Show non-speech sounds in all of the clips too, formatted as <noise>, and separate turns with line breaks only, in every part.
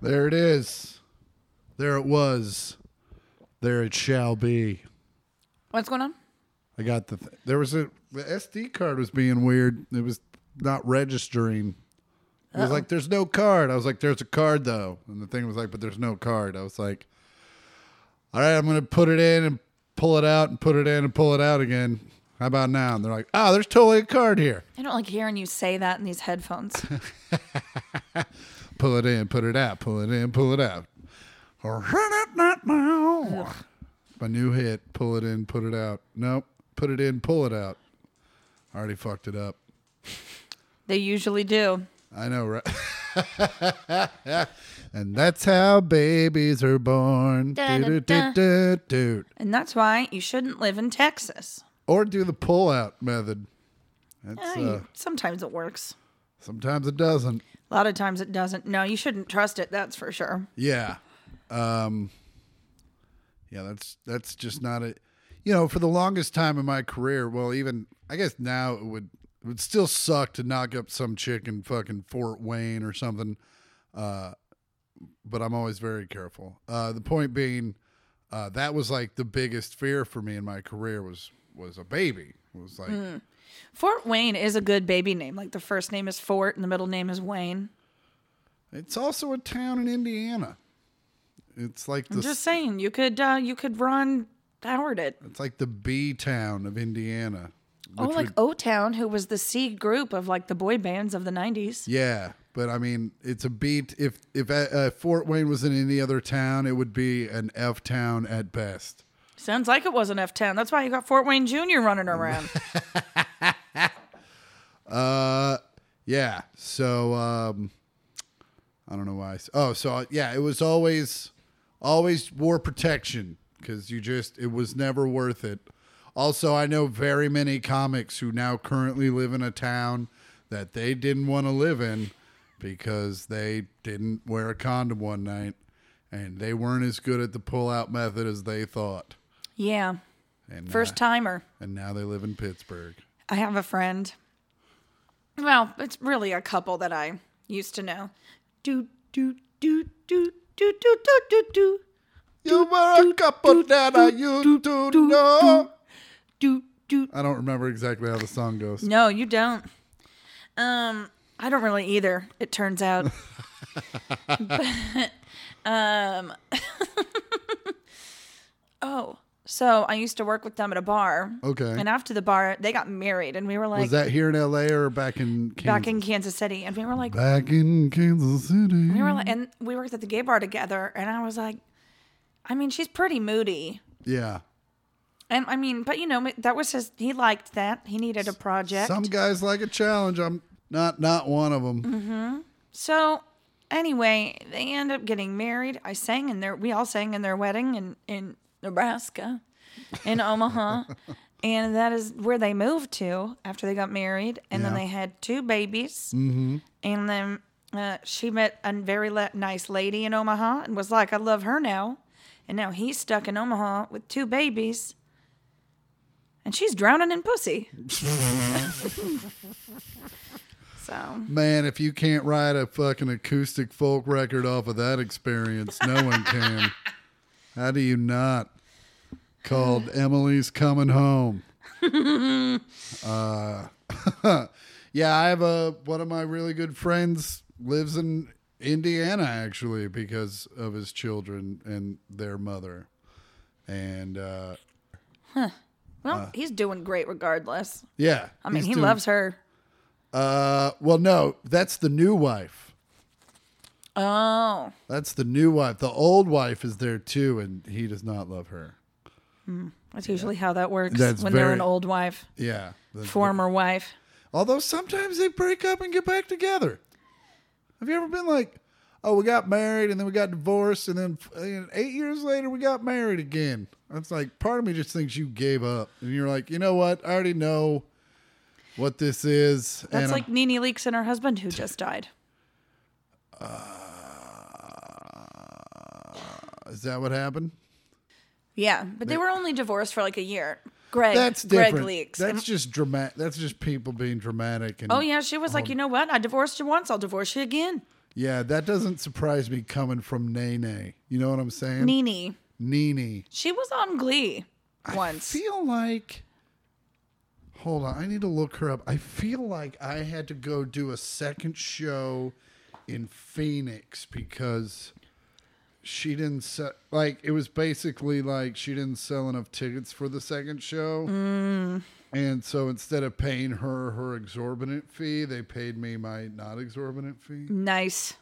There it is. There it was. There it shall be.
What's going on?
I got the. Th- there was a the SD card was being weird. It was not registering. It was like, "There's no card." I was like, "There's a card though," and the thing was like, "But there's no card." I was like, "All right, I'm gonna put it in and pull it out and put it in and pull it out again." How about now? And they're like, "Oh, there's totally a card here.
I don't like hearing you say that in
<laughs>
these headphones.
Pull it in, put it out, pull it in, pull it out." My new hit, pull it in, put it out. Nope, put it in, pull it out. I already fucked it up.
they usually do.
I know, right? <laughs> and that's how babies are born.
Da, da,
Do, do,
da.
do, do, do.
And that's why you shouldn't live in Texas.
Or do the pull out method. That's,
Eh,
uh,
you- sometimes it works.
sometimes it doesn't.
A lot of times it doesn't. No, you shouldn't trust it, that's for sure.
Yeah. Um, yeah, that's that's just not a you know, for the longest time in my career, well even I guess now it would it would still suck to knock up some chick in fucking Fort Wayne or something. Uh but I'm always very careful. Uh the point being uh that was like the biggest fear for me in my career was was a baby. It was like
Hmm. Fort Wayne is a good baby name. Like the first name is Fort and the middle name is Wayne.
it's also a town in Indiana. It's like the
I'm just saying, you could uh, you could run Howard it.
it's like the B town of Indiana.
Oh,
which
like O Town, who was the C group of like the boy bands of the 90s.
Yeah, but I mean, it's a beat. If if uh, Fort Wayne was in any other town, it would be an F town at best.
Sounds like it was an F Town. That's why you got Fort Wayne Jr.
<laughs>
running around.
Uh, yeah. So um, I don't know why. I s- Oh, so uh, yeah, it was always always war protection because you just it was never worth it. Also, I know very many comics who now currently live in a town that they didn't want to live in because they didn't wear a condom one night and they weren't as good at the pull out method as they thought.
yeah.
And
First timer.
uh, and now they live in Pittsburgh.
I have a friend. Well, it's really a couple that I used to know. Do, do, do, do, do, do, do, do, do.
You were a couple that I used to know.
Do, do.
I don't remember exactly how the song goes.
No, you don't. Um, I don't really either, it turns out. but, <laughs> um, <laughs> oh, so I used to work with them at a bar.
Okay.
And after the bar, they got married, and we were like,
Was that here in LA or back in Kansas?
back in Kansas City, and we were like,
Back in Kansas City.
we were like, and we worked at the gay bar together, and I was like, I mean, she's pretty moody.
yeah.
And I mean, but you know, that was his, he liked that. He needed a project.
Some guys like a challenge. I'm not not one of
Mm-hmm.
them.
So anyway, they end up getting married. I sang in their we all sang in their wedding in, in Nebraska, in Omaha. And that is where they moved to after they got married. And then
Yeah.
they had two babies. Mm-hmm. And then uh, she met a very le- nice lady in Omaha and was like, I love her now. And now he's stuck in Omaha with two babies. And she's drowning in pussy. so.
Man, if you can't write a fucking acoustic folk record off of that experience, no one can.
<laughs>
How do you not? Called Emily's Coming
<laughs>
Home. uh, <laughs> yeah, I have a one of my really good friends lives in Indiana actually because of his children and their mother. And uh,
Well, he's doing great regardless.
yeah,
I mean, he loves her.
Uh, well, no, that's the new wife.
Oh,
That's the new wife. The old wife is there too, and he does not love her.
that's usually how that works
That's
when they're an
very-
old wife,
Yeah. The-
former wife.
Although sometimes they break up and get back together. Have you ever been like, oh, we got married and then we got divorced and then you know, eight years later we got married again? That's like part of me just thinks you gave up and you're like, you know what? I already know what this is.
That's
and um,
like Nene Leakes and her husband who just died.
I'm- is that what happened?
Yeah, but they were only divorced for like a year. Greg,
That's
Greg
different.
Leakes.
That's
And-
just dramatic. That's just people being dramatic. And Oh.
oh yeah, she was like, you know what? I divorced you once, I'll divorce you again.
Yeah, that doesn't surprise me coming from Nene. You know what I'm saying?
Nene.
Nene.
She was on Glee once.
I feel like. Hold on, I need to look her up. I feel like I had to go do a second show in Phoenix because she didn't sell. Like it was basically like she didn't sell enough tickets for the second show,
Mm.
and so instead of paying her her exorbitant fee, they paid me my not exorbitant fee.
nice.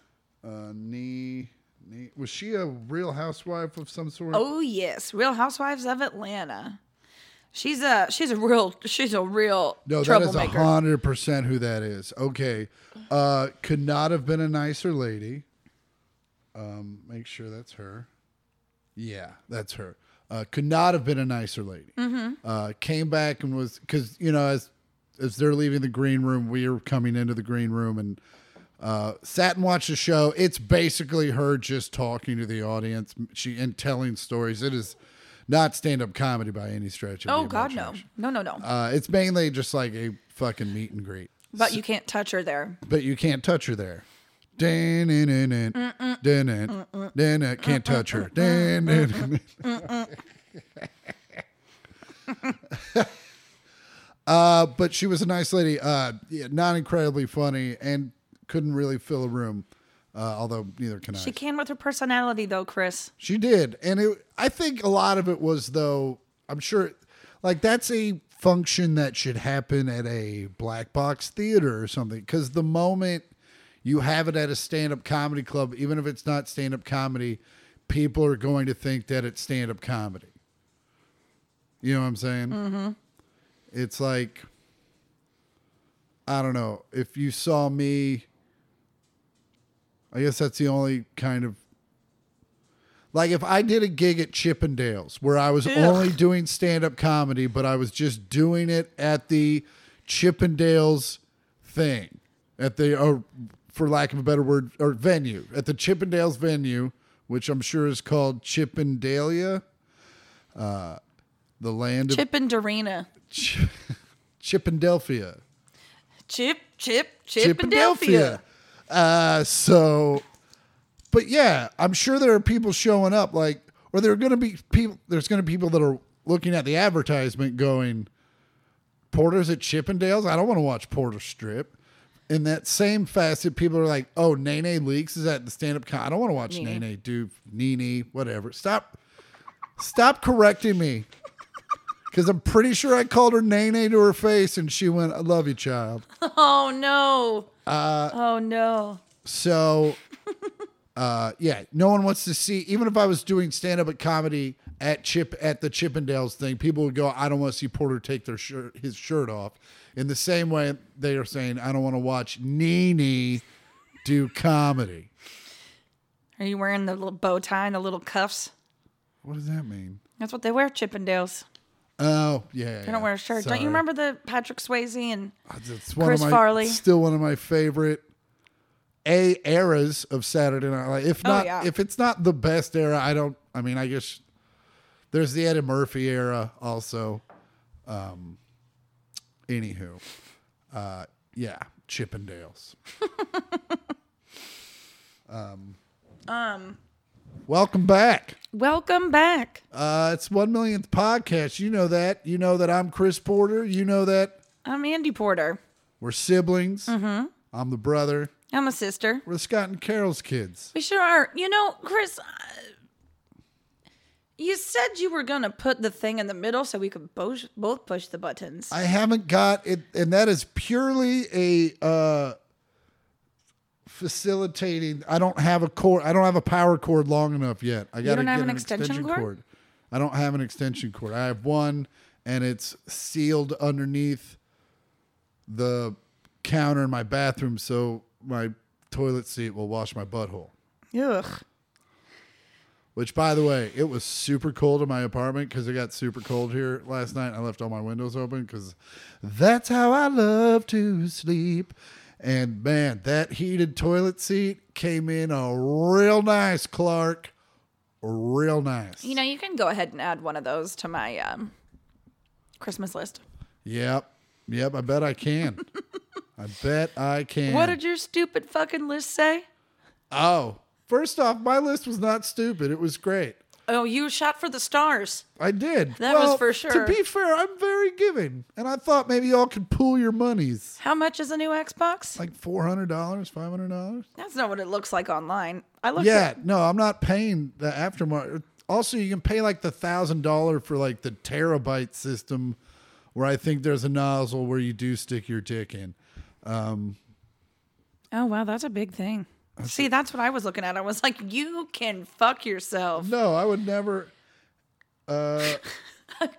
Uh, knee, knee. Was she a Real Housewife of some sort?
Oh yes, Real Housewives of Atlanta. She's a she's a real she's a real
No, that is a
troublemaker.
hundred percent who that is. Okay, uh, could not have been a nicer lady. Um, make sure that's her. Yeah, that's her. Uh, could not have been a nicer lady.
Mm-hmm.
Uh, came back and was because you know as as they're leaving the green room, we are coming into the green room and uh, sat and watched the show. It's basically her just talking to the audience, she and telling stories. It is not stand up comedy by any stretch. of
oh
the
God, no,
imagination.
no, no, no.
Uh, it's mainly just like a fucking meet and greet,
but you can't touch her there.
but you can't touch her there. Dun, dun, dun, dun, dun, dun, dun, dun, Can't touch her. Dun, dun, dun, dun. Uh, but she was a nice lady, uh, yeah, not incredibly funny, and couldn't really fill a room. Uh, although neither can I.
She can with her personality though, Chris.
She did, and it. I think a lot of it was though. I'm sure, like that's a function that should happen at a black box theater or something. Because the moment you have it at a stand up comedy club, even if it's not stand up comedy, people are going to think that it's stand up comedy. You know what I'm saying? Mm-hmm. It's like, I don't know. If you saw me, I guess that's the only kind of like if I did a gig at Chippendales where I was only doing stand up comedy, but I was just doing it at the Chippendales thing, at the, or for lack of a better word, or venue, at the Chippendales venue, which I'm sure is called Chippendalia, uh, the land of
Chip and Dorina.
Ch- Chippendelphia.
Chip, Chip, Chip, and Delphia.
Uh, so, but yeah, I'm sure there are people showing up, like, or there are going to be people. There's going to be people that are looking at the advertisement, going, "Porters at Chippendales? I don't want to watch Porter Strip." In that same facet, people are like, "Oh, Nene Leaks is at the stand-up con. I don't want to watch
Nene.
Nene do Nene, whatever." Stop, stop correcting me, because I'm pretty sure I called her Nene to her face, and she went, "I love you, child."
Oh no. oh no.
So, uh, yeah, no one wants to see. Even if I was doing stand up at comedy at Chip at the Chippendales thing, people would go, "I don't want to see Porter take their shirt his shirt off." In the same way, they are saying, "I don't want to watch Nene do comedy."
Are you wearing the little bow tie and the little cuffs?
What does that mean?
That's what they wear, Chippendales.
Oh, yeah.
They don't wear a shirt. Don't you remember the Patrick Swayze and
It's one
Chris
of my,
Farley?
Still one of my favorite a eras of Saturday Night Live. If
Oh,
not,
yeah.
if it's not the best era, I don't. I mean, I guess there's the Eddie Murphy era also. Um, anywho, uh, yeah,
<laughs>
Chippendales. um, um, welcome back.
Welcome back.
Uh, it's one millionth podcast. You know that. You know that I'm Chris Porter. You know that
I'm Andy Porter.
we're siblings.
Mm-hmm.
I'm the brother.
I'm a sister.
We're the Scott and Carol's kids.
We sure are. You know, Chris, uh, you said you were going to put the thing in the middle so we could both both push the buttons.
I haven't got it, and that is purely a uh, facilitating. I don't have a cord. I don't have a power cord long enough yet. I got to
don't
get
have
an,
an extension cord?
cord. I don't have an extension cord. I have one, and it's sealed underneath the counter in my bathroom, so my toilet seat will wash my butthole.
Ugh.
Which, by the way, it was super cold in my apartment because it got super cold here last night. I left all my windows open because that's how I love to sleep. And man, that heated toilet seat came in a real nice, Clark. Real nice.
You know, you can go ahead and add one of those to my um, Christmas list.
yep. Yep.
<laughs>
I bet I can. I bet I can.
What did your stupid fucking list say?
Oh, first off, my list was not stupid. It was great.
Oh, you shot for the stars.
I did.
That was
Well,
for
To
sure.
be fair, I'm very giving, and I thought maybe y'all could pool your monies.
How much is a new Xbox?
Like four hundred dollars, five hundred dollars.
That's not what it looks like online. I looked
Yeah,
at
no, I'm not paying the aftermarket. Also, you can pay like the thousand dollar for like the terabyte system, where I think there's a nozzle where you do stick your dick in.
Oh wow, that's a big thing. See, that's what I was looking at. I was like, you can fuck yourself.
No, I would never.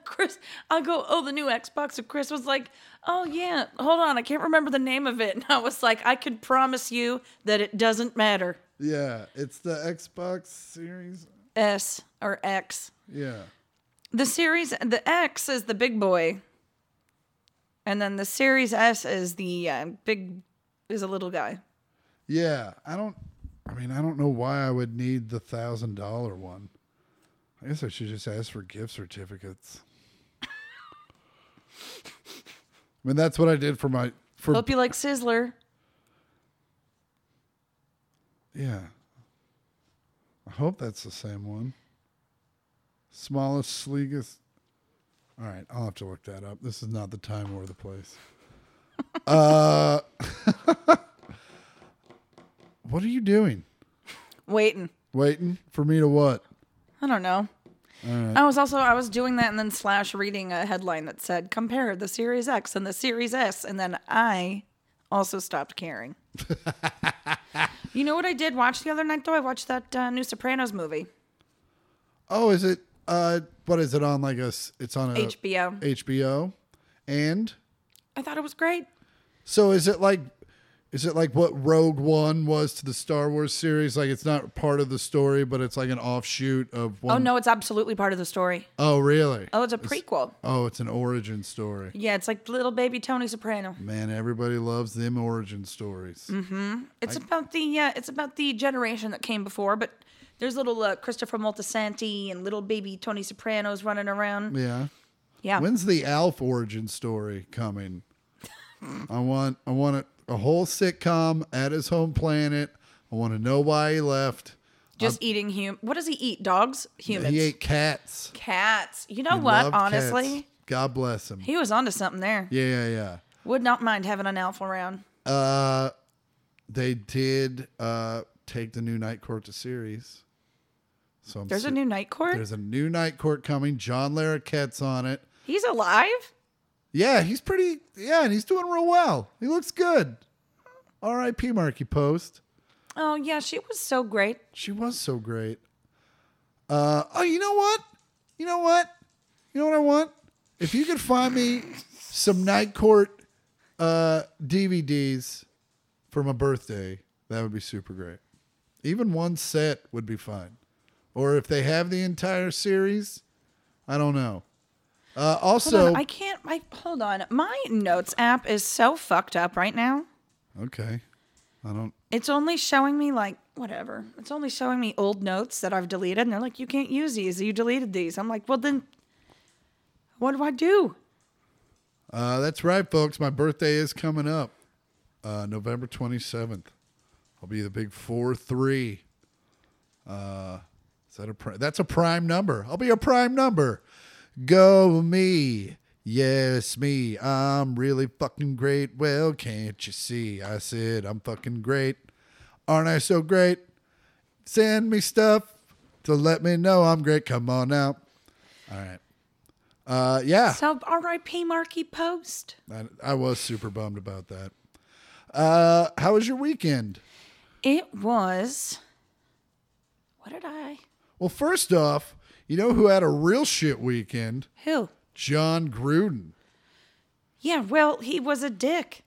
Chris, I go, oh, the new Xbox. And Chris was like, oh, yeah, hold on. I can't remember the name of it. <laughs> And I was like, I can promise you that it doesn't matter.
Yeah, it's the Xbox Series.
S or X.
Yeah,
The series, the X is the big boy. And then the Series S is the uh, big, is a little guy.
yeah. I don't. I mean, I don't know why I would need the thousand dollar one. I guess I should just ask for gift certificates. <laughs> I mean, that's what I did for my for
Hope you like Sizzler.
Yeah. I hope that's the same one. Smallest, sleekest. All right, I'll have to look that up. This is not the time or the place. uh, <laughs> what are you doing?
Waiting.
Waiting for me to what?
I don't know. I was also I was doing that and then slash reading a headline that said compare the Series X and the Series S and then I also stopped caring. you know what I did watch the other night though? I watched that uh, new Sopranos movie.
Oh, is it? Uh, what is it on? Like a? s- It's on a
HBO.
HBO, and
I thought it was great.
so is it like? Is it like what Rogue One was to the Star Wars series? Like it's not part of the story, but it's like an offshoot of one
Oh no, it's absolutely part of the story.
Oh, really?
Oh, it's a prequel.
Oh, it's an origin story.
Yeah, it's like little baby Tony Soprano.
Man, everybody loves them origin stories.
Mm. It's about the uh, it's about the generation that came before, but there's little uh, Christopher Moltisanti and little baby Tony Sopranos running around.
Yeah.
Yeah.
When's the Alf origin story coming? I want I want a, a whole sitcom at his home planet. I want to know why he left.
Just eating hum. What does he eat? Dogs? Humans?
He ate cats.
cats. You know
He
what?
loved cats.
Honestly,
God bless him.
he was onto something there.
Yeah, yeah,
Would not mind having an alpha round.
yeah. Uh, they did uh, take the new Night Court to series. So I'm
There's a
su-
new night court.
there's a new Night Court coming. John Larroquette's on it.
He's alive.
Yeah, he's pretty. Yeah, and he's doing real well. He looks good. R.I.P. Marky Post.
Oh yeah, she was so great.
She was so great. Uh, oh, you know what? You know what? You know what I want? If you could find me some Night Court uh, DVDs for my birthday, that would be super great. Even one set would be fine. Or if they have the entire series, I don't know. Uh,
Hold
also,
on, I can't. I hold on. My notes app is so fucked up right now.
okay. I don't.
It's only showing me like whatever. It's only showing me old notes that I've deleted, and they're like, "You can't use these. You deleted these." I'm like, "Well then, what do I do?"
Uh, that's right, folks. My birthday is coming up, uh, November 27th. I'll be the big four three. Uh, is that a pri- that's a prime number? I'll be a prime number. Go me, yes me. I'm really fucking great. Well, can't you see? I said I'm fucking great. Aren't I so great? Send me stuff to let me know I'm great. Come on out. All right. Uh, yeah.
So R.I.P. Marky Post.
I, I was super bummed about that. Uh, how was your weekend?
It was. What did I?
Well, first off, you know who had a real shit weekend?
Who?
John Gruden.
Yeah, well, he was a dick.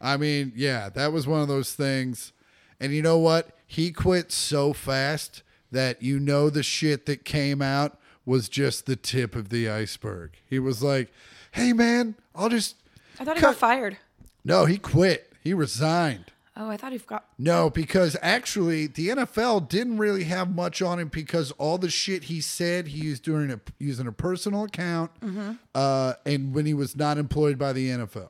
I mean, yeah, that was one of those things. And you know what? He quit so fast that you know the shit that came out was just the tip of the iceberg. He was like, "Hey, man, I'll just."
I thought he
Cut.
got fired.
No, he quit. He resigned.
Oh, I thought he got.
No, because actually the NFL didn't really have much on him because all the shit he said he used during a, using a personal account, uh, and when he was not employed by the NFL,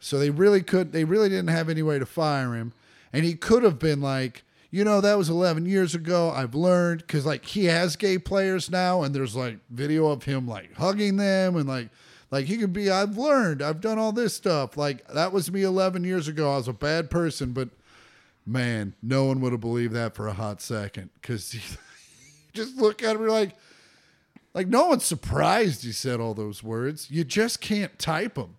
so they really could they really didn't have any way to fire him, and he could have been like, you know, that was 11 years ago. I've learned because, like, he has gay players now, and there's like video of him like hugging them and like, like he could be, I've learned, I've done all this stuff. Like, that was me 11 years ago. I was a bad person, but man, no one would have believed that for a hot second <laughs> because you just look at him, you're like, like, no one's surprised you said all those words. You just can't type them.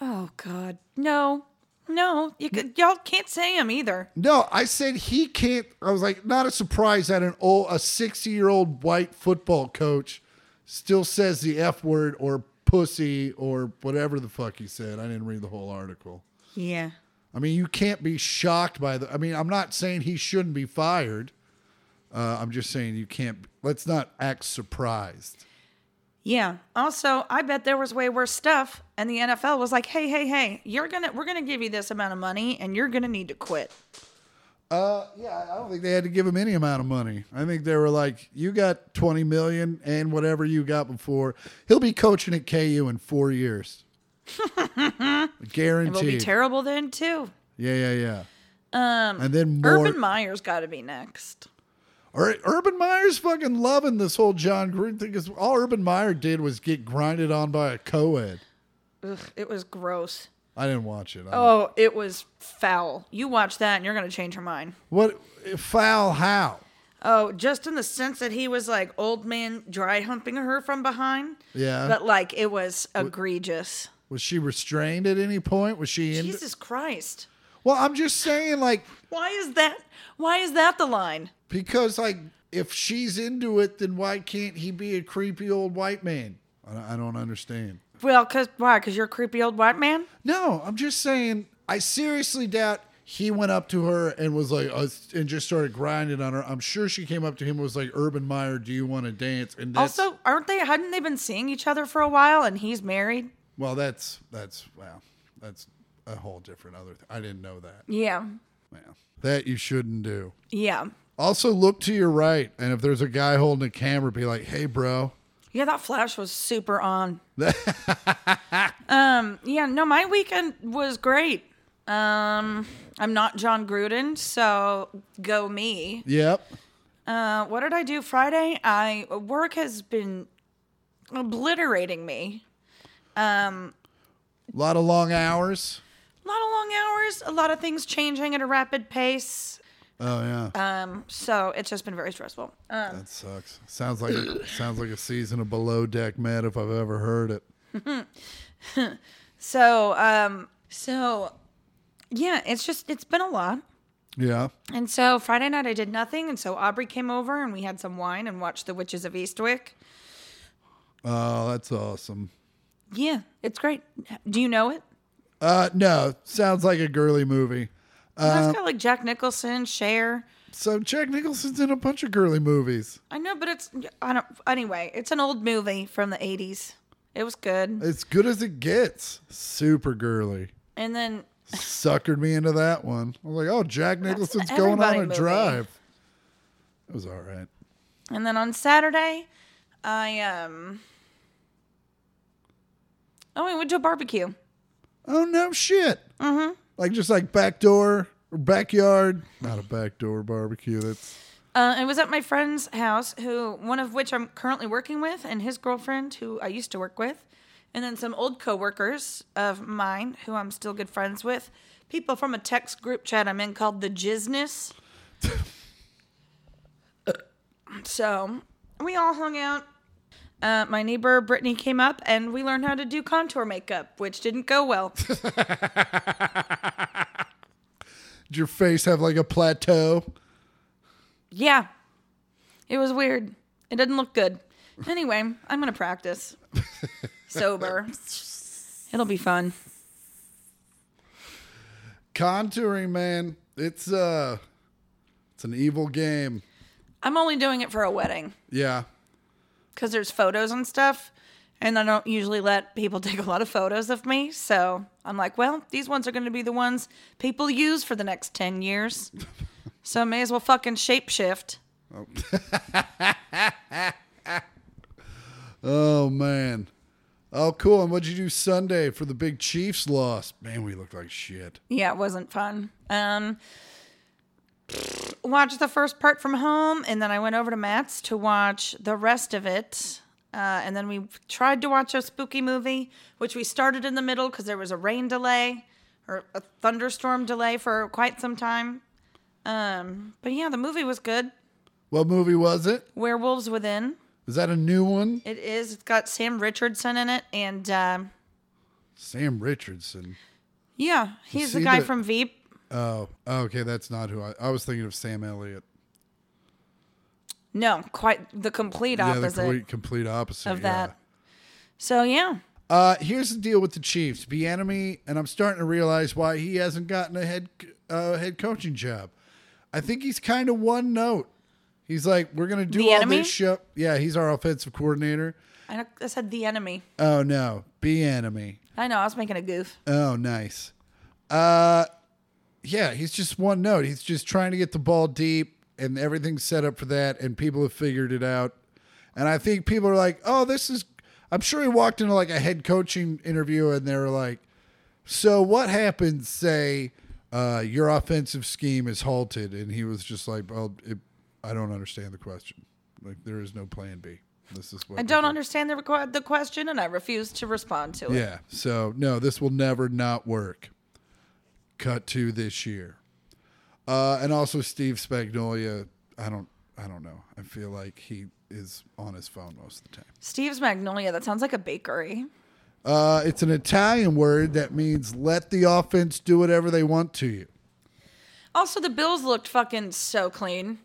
Oh God, no, no, you could, y'all can't say him either.
No, I said he can't. I was like, not a surprise that an old, a sixty-year-old white football coach still says the f word or pussy or whatever the fuck he said. I didn't read the whole article.
Yeah,
I mean, you can't be shocked by the. I mean, I'm not saying he shouldn't be fired. Uh, I'm just saying you can't. Let's not act surprised.
yeah. Also, I bet there was way worse stuff, and the NFL was like, "Hey, hey, hey, you're gonna, we're gonna give you this amount of money, and you're gonna need to quit."
Uh, yeah, I- I don't think they had to give him any amount of money. I think they were like, "You got twenty million and whatever you got before." He'll be coaching at KU in four
<laughs>
years,
It will be
guaranteed.
terrible then too.
yeah, yeah, yeah. Um, and then more.
Urban Meyer's got to be next.
All right, Urban Meyer's fucking loving this whole John Gruden thing because all Urban Meyer did was get grinded on by a co-ed.
Ugh, it was gross.
I didn't watch it. I-
Oh, it was foul. You watch that, and you're gonna change your mind.
What foul? How?
Oh, just in the sense that he was like old man dry humping her from behind.
Yeah.
But like it was egregious.
Was she restrained at any point? Was she in?
Jesus Christ.
Well, I'm just saying, like,
Why is that? Why is that the line?
Because like, if she's into it, then why can't he be a creepy old white man? I, I don't understand.
Well, cause why? Cause you're a creepy old white man.
No, I'm just saying. I seriously doubt he went up to her and was like, uh, and just started grinding on her. I'm sure she came up to him and was like, Urban Meyer, do you want to dance? And that's,
also, aren't they? Hadn't they been seeing each other for a while? And he's married.
well, that's that's wow, that's a whole different other. Th- I didn't know that.
Yeah.
Wow, that you shouldn't do.
Yeah.
Also, look to your right, and if there's a guy holding a camera, be like, hey, bro.
Yeah, that flash was super <laughs> on. um, yeah, no, my weekend was great. Um, I'm not John Gruden, so go me.
Yep.
Uh, what did I do Friday? I work has been obliterating me.
A lot of long hours.
A lot of long hours, a lot of things changing at a rapid pace.
Oh yeah.
Um, so it's just been very stressful. Um,
That sucks. Sounds like a, sounds like a season of below deck med if I've ever heard it.
so, um, so yeah, it's just it's been a lot.
Yeah.
And so Friday night I did nothing, and so Aubrey came over and we had some wine and watched The Witches of Eastwick.
Oh, that's awesome.
Yeah, it's great. Do you know it?
Uh no, sounds like a girly movie.
That's got like Jack Nicholson, Cher.
So Jack Nicholson's in a bunch of girly movies.
I know, but it's I don't. Anyway, it's an old movie from the '80s. It was good.
As good as it gets. Super girly.
And then
Suckered me into that one. I was like, oh, Jack Nicholson's
an
going on a
everybody movie.
drive. It was all right.
and then on Saturday, I um. Oh, we went to a barbecue.
Oh no shit. Mm-hmm. Like just like backdoor or backyard. Not a backdoor barbecue. That's
Uh, it was at my friend's house, who one of which I'm currently working with, and his girlfriend, who I used to work with, and then some old coworkers of mine who I'm still good friends with. People from a text group chat I'm in called the Jizness. so we all hung out. Uh, my neighbor Brittany came up, and we learned how to do contour makeup, which didn't go well.
Did your face have like a plateau?
yeah, it was weird. It didn't look good. Anyway, I'm gonna practice sober. It'll be fun.
contouring man it's uh it's an evil game
I'm only doing it for a wedding
yeah
because there's photos and stuff, and I don't usually let people <laughs> take a lot of photos of me. So I'm like, well, these ones are gonna be the ones people use for the next ten years. So I may as well fucking shapeshift.
oh man oh cool and what'd you do sunday for the big chiefs loss man we looked like shit
Yeah, it wasn't fun. Um, watched the first part from home, and then I went over to Matt's to watch the rest of it. Uh, and then we tried to watch a spooky movie, which we started in the middle because there was a rain delay or a thunderstorm delay for quite some time. Um, but yeah, the movie was good.
What movie was it?
Werewolves Within.
Is that a new one?
It is. It's got Sam Richardson in it, and um
Sam Richardson.
yeah, he's the
he
guy
the-
from Veep.
Oh, okay, that's not who I. I was thinking of Sam Elliott.
No, quite the complete
Yeah, the
opposite
complete, complete opposite
of
yeah.
that. So yeah,
Uh, here's the deal with the Chiefs. Bieniemy, and I'm starting to realize why he hasn't gotten a head uh, head coaching job. I think he's kind of one note. He's like, we're gonna do all
Bieniemy?
this shit. Yeah, he's our offensive coordinator.
I, I said the enemy.
Oh no, Bieniemy.
I know I was making a goof.
Oh, nice. Uh, yeah, he's just one note. He's just trying to get the ball deep, and everything's set up for that, and people have figured it out. And I think people are like, oh, this is. I'm sure he walked into like a head coaching interview, and they were like, so what happens, say, uh, your offensive scheme is halted? And he was just like, well, it, I don't understand the question. Like, there is no plan B. This is what
I
we
don't
do."
understand the requ- the question, and I refuse to respond to it.
Yeah. So no, this will never not work. Cut to this year, uh, and also Steve Spagnolia. I don't. I don't know. I feel like he is on his phone most of the time.
Steve's Magnolia. That sounds like a bakery.
Uh, it's an Italian word that means let the offense do whatever they want to you.
Also, the Bills looked fucking so clean.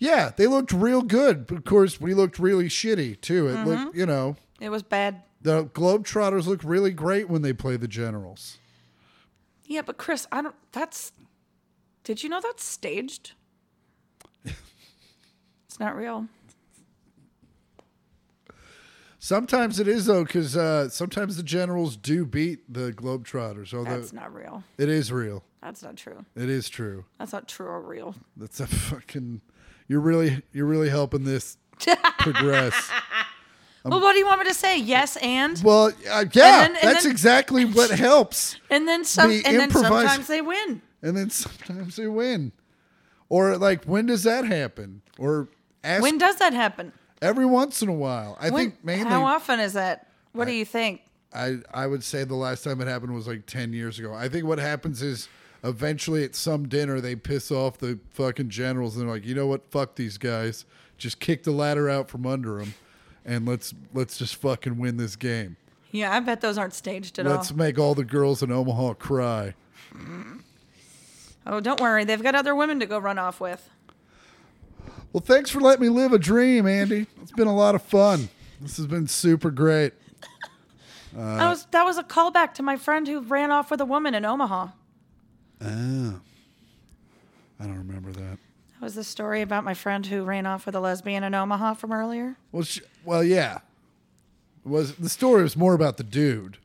Yeah, they looked real good. But of course, we looked really shitty too. It looked, you know,
It was bad.
the Globetrotters look really great when they play the Generals.
Yeah, but Chris, I don't. That's. Did you know
<laughs>
that's staged? it's not real.
Sometimes it is though, because uh, sometimes the Generals do beat the Globetrotters. Although
That's not real.
it is real,
That's not true.
it is true.
That's not true or real.
That's a fucking. You're really, you're really helping
<laughs>
this progress. Um,
well, what do you want me to say? Yes, and
Well, uh, yeah,
And then- and
that's
then- <laughs>
exactly what helps.
and then some,
the
and then
improvise-
sometimes they win.
And then sometimes they win, or like when does that happen? Or ask
When does that happen?
every once in a while. I
When,
think mainly.
how often is that? What do you think?
I I would say the last time it happened was like ten years ago. I think what happens is eventually at some dinner they piss off the fucking generals and they're like, you know what, fuck these guys, just kick the ladder out from under them, and let's let's just fucking win this game.
Yeah, I bet those aren't staged at
Let's
all.
make all the girls in Omaha cry.
Oh, don't worry, they've got other women to go run off with.
Well, thanks for letting me live a dream, Andy. It's been a lot of fun. This has been super great. Uh,
that was that was a callback to my friend who ran off with a woman in Omaha.
Ah, I don't remember that.
That was the story about my friend who ran off with a lesbian in Omaha from earlier.
Well, sh well, yeah. Was the story was more about the dude?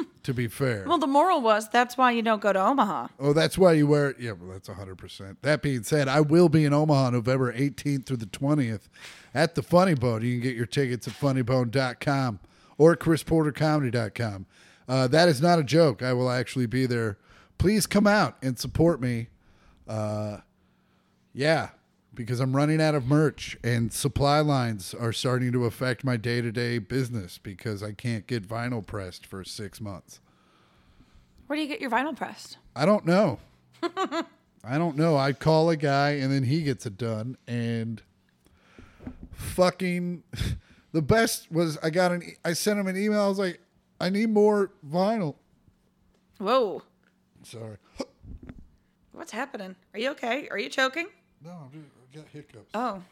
<laughs> to be fair.
Well, the moral was that's why you don't go to Omaha.
oh, that's why you wear it. Yeah, well, that's hundred percent. That being said, I will be in Omaha November eighteenth through the twentieth at the Funny Bone. You can get your tickets at funnybone.com or chrisportercomedy.com. Uh, that is not a joke. I will actually be there. Please come out and support me. Uh, Yeah, because I'm running out of merch and supply lines are starting to affect my day to day business because I can't get vinyl pressed for six months.
Where do you get your vinyl pressed?
I don't know. <laughs> I don't know. I call a guy and then he gets it done. And fucking <laughs> the best was I got an, e- I sent him an email. I was like, I need more vinyl.
Whoa.
Sorry. <laughs>
What's happening? Are you okay? Are you choking?
No, I'm just, I got hiccups.
Oh,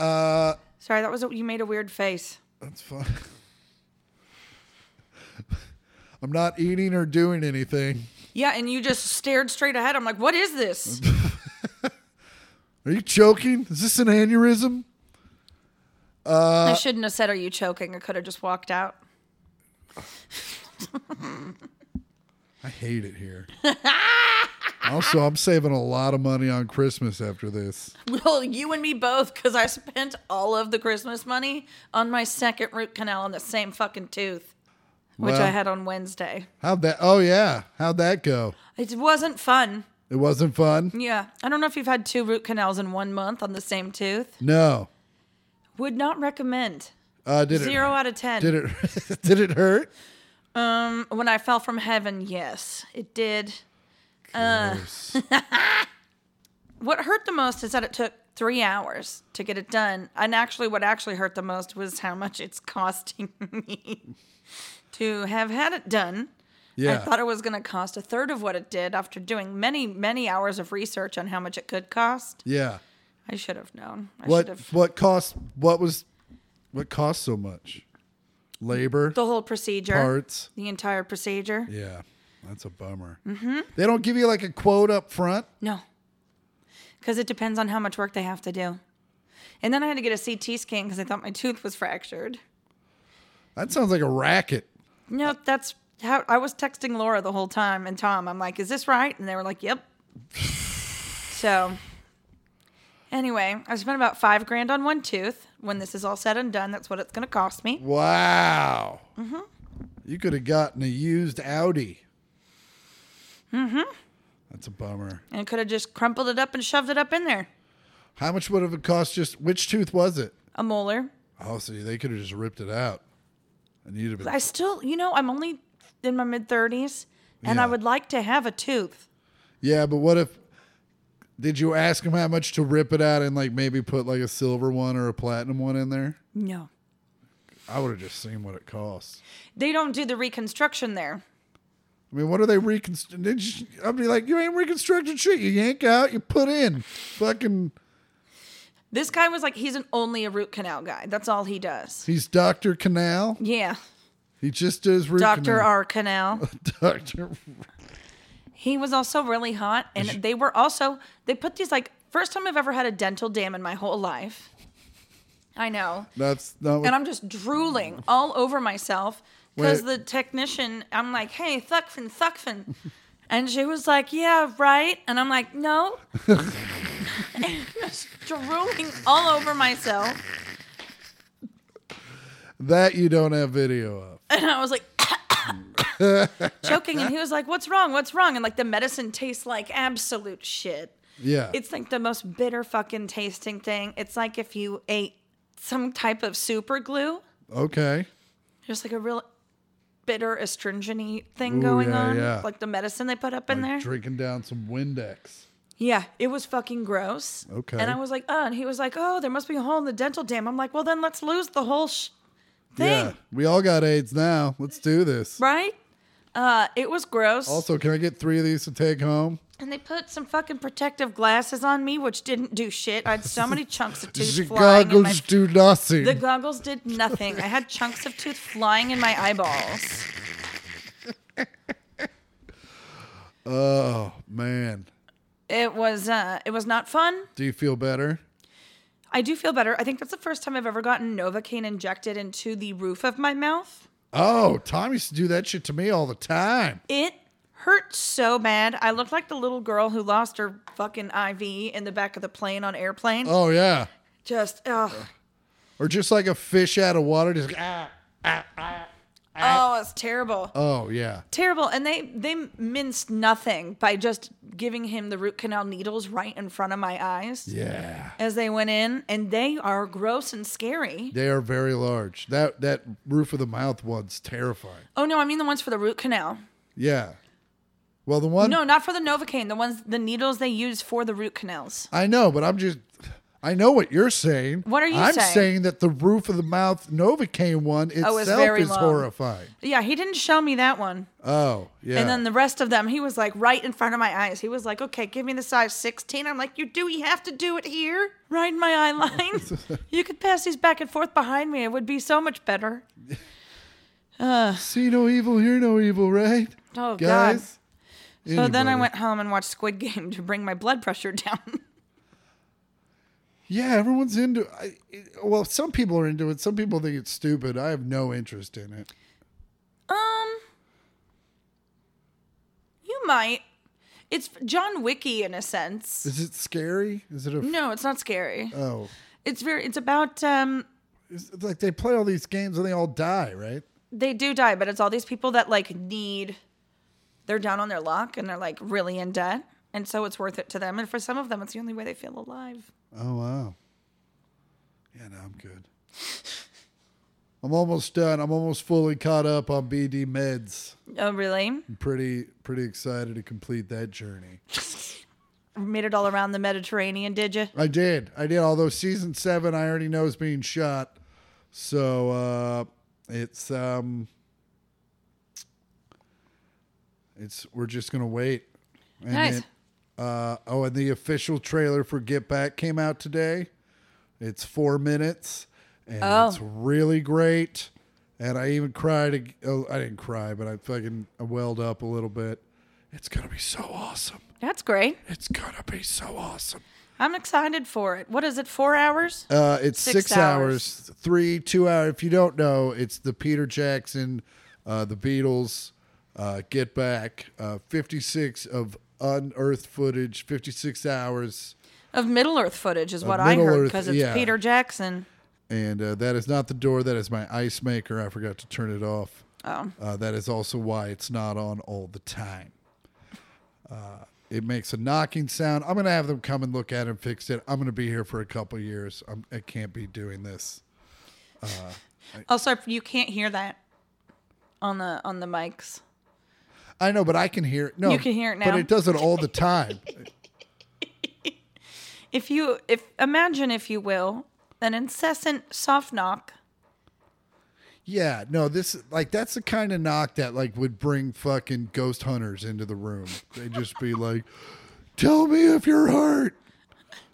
Uh,
sorry. That was a, you made a weird face.
That's fine. <laughs> I'm not eating or doing anything.
Yeah, and you just stared straight ahead. I'm like, what is this?
Are you choking? Is this an aneurysm? Uh,
I shouldn't have said, are you choking? I could have just walked out.
I hate it here. also, I'm saving a lot of money on Christmas after this.
Well, you and me both, because I spent all of the Christmas money on my second root canal on the same fucking tooth, which I
Well.
had on Wednesday.
How'd that? Oh, yeah. How'd that go?
It wasn't fun.
It wasn't fun.
Yeah. I don't know if you've had two root canals in one month on the same tooth.
No.
Would not recommend.
Uh, did
Zero
it?
out of 10.
Did it? <laughs> did it hurt?
Um, when I fell from heaven, yes, it did. Uh. <laughs>
Gross.
What hurt the most is that it took three hours to get it done. And actually, what actually hurt the most was how much it's <laughs> costing me to have had it done. I
yeah.
thought it was going to cost a third of what it did after doing many, many hours of research on how much it could cost.
yeah.
I should have known. I should
What
have.
what cost? What was? What cost so much? Labor
The whole procedure,
parts.
the entire procedure.
Yeah, that's a bummer. Mm-hmm. They don't give you like a quote up front.
No. Because it depends on how much work they have to do. And then I had to get a CT scan because I thought my tooth was fractured.
That sounds like a racket.
No, that's how I was texting Laura the whole time and Tom. I'm like, is this right? And they were like, yep. so, anyway, I spent about five grand on one tooth. When this is all said and done, that's what it's going to cost me.
Wow. Mm-hmm. You could have gotten a used Audi. Mm-hmm.
Mm-hmm.
That's a bummer.
And I could have just crumpled it up and shoved it up in there.
How much would have it cost? Just which tooth was it?
A molar.
Oh, see, they could have just ripped it out, and you'd have been.
I still, you know, I'm only in my mid 30s and I
Yeah.
would like to have a tooth.
Yeah, but what if? Did you ask him how much to rip it out and like maybe put like a silver one or a platinum one in there?
No.
I would have just seen what it costs.
They don't do the reconstruction there.
I mean, what are they reconstructing? I'd be like, you ain't reconstructing shit. You yank out, you put in. Fucking,
This guy was like, he's an only a root canal guy. That's all he does.
he's Doctor Canal.
Yeah.
He just does root
Dr.
canal.
R. Canal.
<laughs> Doctor.
He was also really hot. And they were also, they put these like, first time I've ever had a dental dam in my whole life. I know.
That's not. What,
And I'm just drooling all over myself because
Wait.
the technician, I'm like, hey, Thukfin, Thukfin. And she was like, yeah, right. And I'm like, no. and I'm just drooling all over myself.
that you don't have video of.
And I was like, <laughs> choking. And he was like, What's wrong? What's wrong? And like, the medicine tastes like absolute shit.
Yeah.
It's like the most bitter fucking tasting thing. It's like if you ate some type of super glue,
okay.
there's like a real bitter astringent thing
Ooh,
going
yeah,
on.
yeah.
Like the medicine they put up in there.
Drinking down some Windex.
yeah, it was fucking gross.
Okay.
And I was like, Oh, and he was like, Oh, there must be a hole in the dental dam. I'm like, Well, then let's lose the whole sh- thing.
Yeah. We all got AIDS now. Let's do this.
Right? Uh, it was gross.
Also, can I get three of these to take home?
And they put some fucking protective glasses on me, which didn't do shit. I had so many
<laughs>
chunks of tooth flying in my.
Chicago's do nothing.
The goggles did nothing. I had chunks of tooth flying in my eyeballs.
oh man,
It was uh, it was not fun.
do you feel better?
I do feel better. I think that's the first time I've ever gotten Novocaine injected into the roof of my mouth.
Oh, Tom used to do that shit to me all the time.
It hurt so bad. I looked like the little girl who lost her fucking IV in the back of the plane on airplane.
Oh yeah,
Just ugh.
or just like a fish out of water. Just ah.
Oh, it's terrible.
Oh yeah.
terrible and they they minced nothing by just giving him the root canal needles right in front of my eyes
Yeah.
as they went in and they are gross and scary
They are very large. That that roof of the mouth one's terrifying.
oh no i mean the ones for the root canal
Yeah. Well, the one
no not for the novocaine the ones the needles they use for the root canals
I know, but I'm just I know what you're saying.
What are you
I'm
saying? Oh,
that the roof of the mouth Novocaine one itself
very
is
long.
horrifying.
yeah he didn't show me that one
Oh yeah.
and then the rest of them he was like right in front of my eyes he was like okay give me the size 16 i'm like you do you have to do it here right in my eye
<laughs>
line you could pass these back and forth behind me it would be so much better
See no evil, hear no evil, right?
Oh, God.
guys.
So then I
Anybody.
went home and watched Squid Game <laughs> to bring my blood pressure down. <laughs>
Yeah, everyone's into. I, it, well, some people are into it. Some people think it's stupid. I have no interest in it.
um, you might. It's John Wicky in a sense.
Is it scary? Is it a
No, it's not scary.
oh?
It's very. It's about um.
It's it's like they play all these games and they all die, right?
They do die, but it's all these people that like need. They're down on their luck and they're like really in debt, And so it's worth it to them. And for some of them, it's the only way they feel alive.
Oh wow. Yeah, no, I'm good. I'm almost done. I'm almost fully caught up on BD meds.
Oh, really?
I'm pretty pretty excited to complete that journey.
Made it all around the Mediterranean, did you?
I did. I did. Although season seven, I already know is being shot, so uh, it's um, it's we're just gonna wait. And
Nice.
it- uh, oh, and the official trailer for Get Back came out today. It's four minutes, and
Oh.
it's really great. And I even cried. ag- Oh, I didn't cry, but I fucking welled up a little bit. It's gonna be so awesome.
That's great.
It's gonna be so awesome.
I'm excited for it. What is it, four hours?
Uh, it's
Six
six, hours. three, two hour. If you don't know, it's the Peter Jackson, uh, the Beatles, uh, Get Back, uh, 56 of unearthed footage, 56 hours.
Of Middle Earth footage is what I
Middle
heard
Earth,
because it's
yeah.
Peter Jackson.
And uh, that is not the door. That is my ice maker. I forgot to turn it off.
Oh.
Uh, that is also why it's not on all the time. Uh, it makes a knocking sound. I'm going to have them come and look at it and fix it. I'm going to be here for a couple years. I'm, I can't be doing this.
Also, Oh, you can't hear that on the on the mics.
I know, but I can hear it. No,
You can hear it now.
but it does it
<laughs>
all the time.
If you if imagine if you will an incessant soft knock.
yeah, no, this like that's the kind of knock that like would bring fucking ghost hunters into the room. They'd just be like, "Tell me if you're hurt."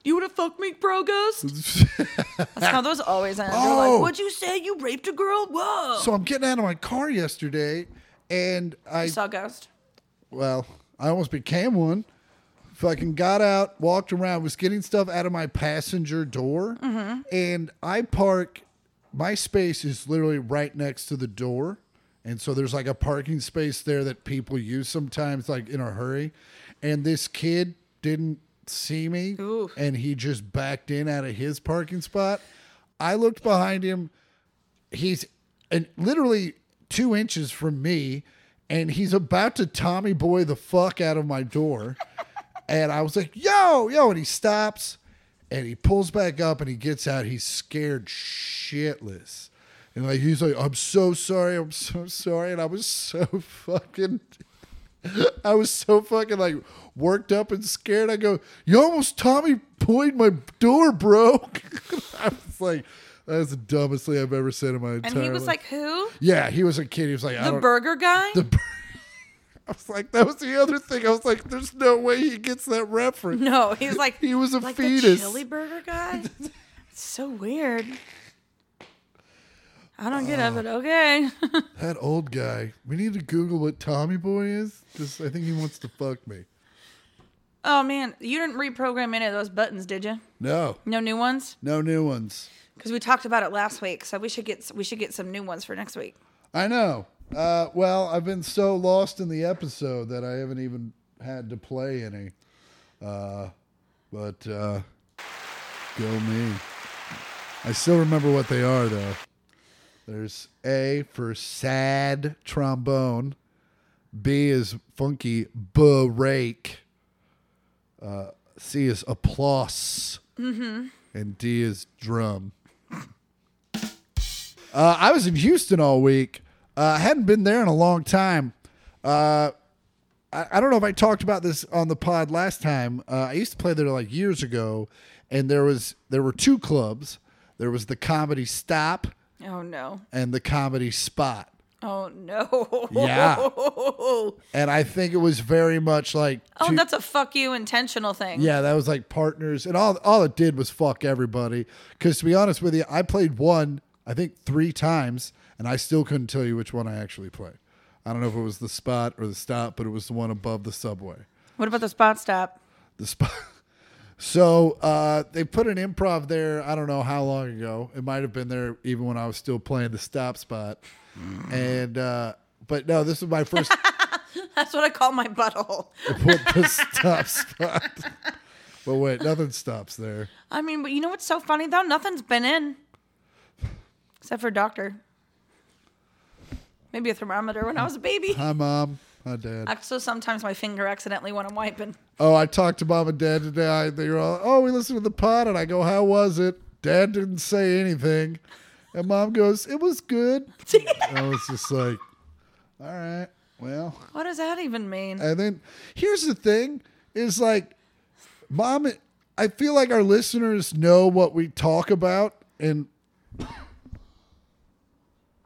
You would have fucked me, bro, ghost.
<laughs>
That's how those always end. They're
Oh.
like, "What'd you say? You raped a girl? Whoa!"
So I'm getting out of my car yesterday, and I
you saw a ghost.
well, I almost became one. Fucking got out, walked around, was getting stuff out of my passenger door, and I park. My space is literally right next to the door, and so there's like a parking space there that people use sometimes, like in a hurry. And this kid didn't see me,
Ooh.
and he just backed in out of his parking spot. I looked behind him he's and literally two inches from me, and he's about to Tommy boy the fuck out of my door. <laughs> and I was like, yo, yo, and he stops and he pulls back up and he gets out. He's scared shitless. And like he's like, I'm so sorry, I'm so sorry. And I was so <laughs> fucking I was so fucking like worked up and scared. I go, you almost Tommy Boyd my door, bro. <laughs> I was like, that's the dumbest thing I've ever said in my entire
And he was
life.
like, "Who?
yeah, he was a kid. He was like, I
The
don't.
burger guy?"
the bur- <laughs> I was like, that was the other thing. I was like, there's no way he gets that reference.
<laughs> no, he's like
<laughs> He was a
like The
fetus.
chili burger
<laughs>
guy. it's so weird. I don't
Ah.
get it, but okay. <laughs>
That old guy. We need to Google what Tommy Boy is. Just, I think he wants to fuck me.
oh man, you didn't reprogram any of those buttons, did you?
No,
No new ones?
no new ones.
Because we talked about it last week, so we should get we should get some new ones for next week.
I know. Uh, well, I've been so lost in the episode that I haven't even had to play any. Uh, but uh, go me. I still remember what they are, though. There's A for sad trombone. B is funky break. Uh, C is applause. And D is drum. Uh, I was in Houston all week. Uh, I hadn't been there in a long time. Uh, I, I don't know if I talked about this on the pod last time. Uh, I used to play there like years ago, and there was there were two clubs. There was the Comedy Stop
Oh no!
and the Comedy Spot,
Oh no!
Yeah.
<laughs> Oh,
and I think it was very much like two-
that's a fuck you intentional thing.
Yeah, that was like partners, and all all it did was fuck everybody. Because to be honest with you, I played one, I think three times, and I still couldn't tell you which one I actually played. I don't know if it was the spot or the stop, but it was the one above the subway.
What about the spot stop?
The spot. <laughs> So uh, they put an improv there. I don't know how long ago. It might have been there even when I was still playing the stop spot. And uh, but no, this was my first
<laughs>
<laughs>
That's what I call my butthole.
put the stop spot. But wait, nothing stops there.
I mean, but you know what's so funny though? Nothing's been in, except for doctor. Maybe a thermometer when I was a baby.
Hi, mom. Hi, Dad.
Also, sometimes my finger accidentally when I'm wiping. <laughs>
Oh, I talked to mom and dad today. They were all, oh, we listened to the pod. And I go, how was it? Dad didn't say anything. And mom goes, it was good. I was just like, all right, well.
What does that even mean?
And then here's the thing is like, mom, I feel like our listeners know what we talk about. And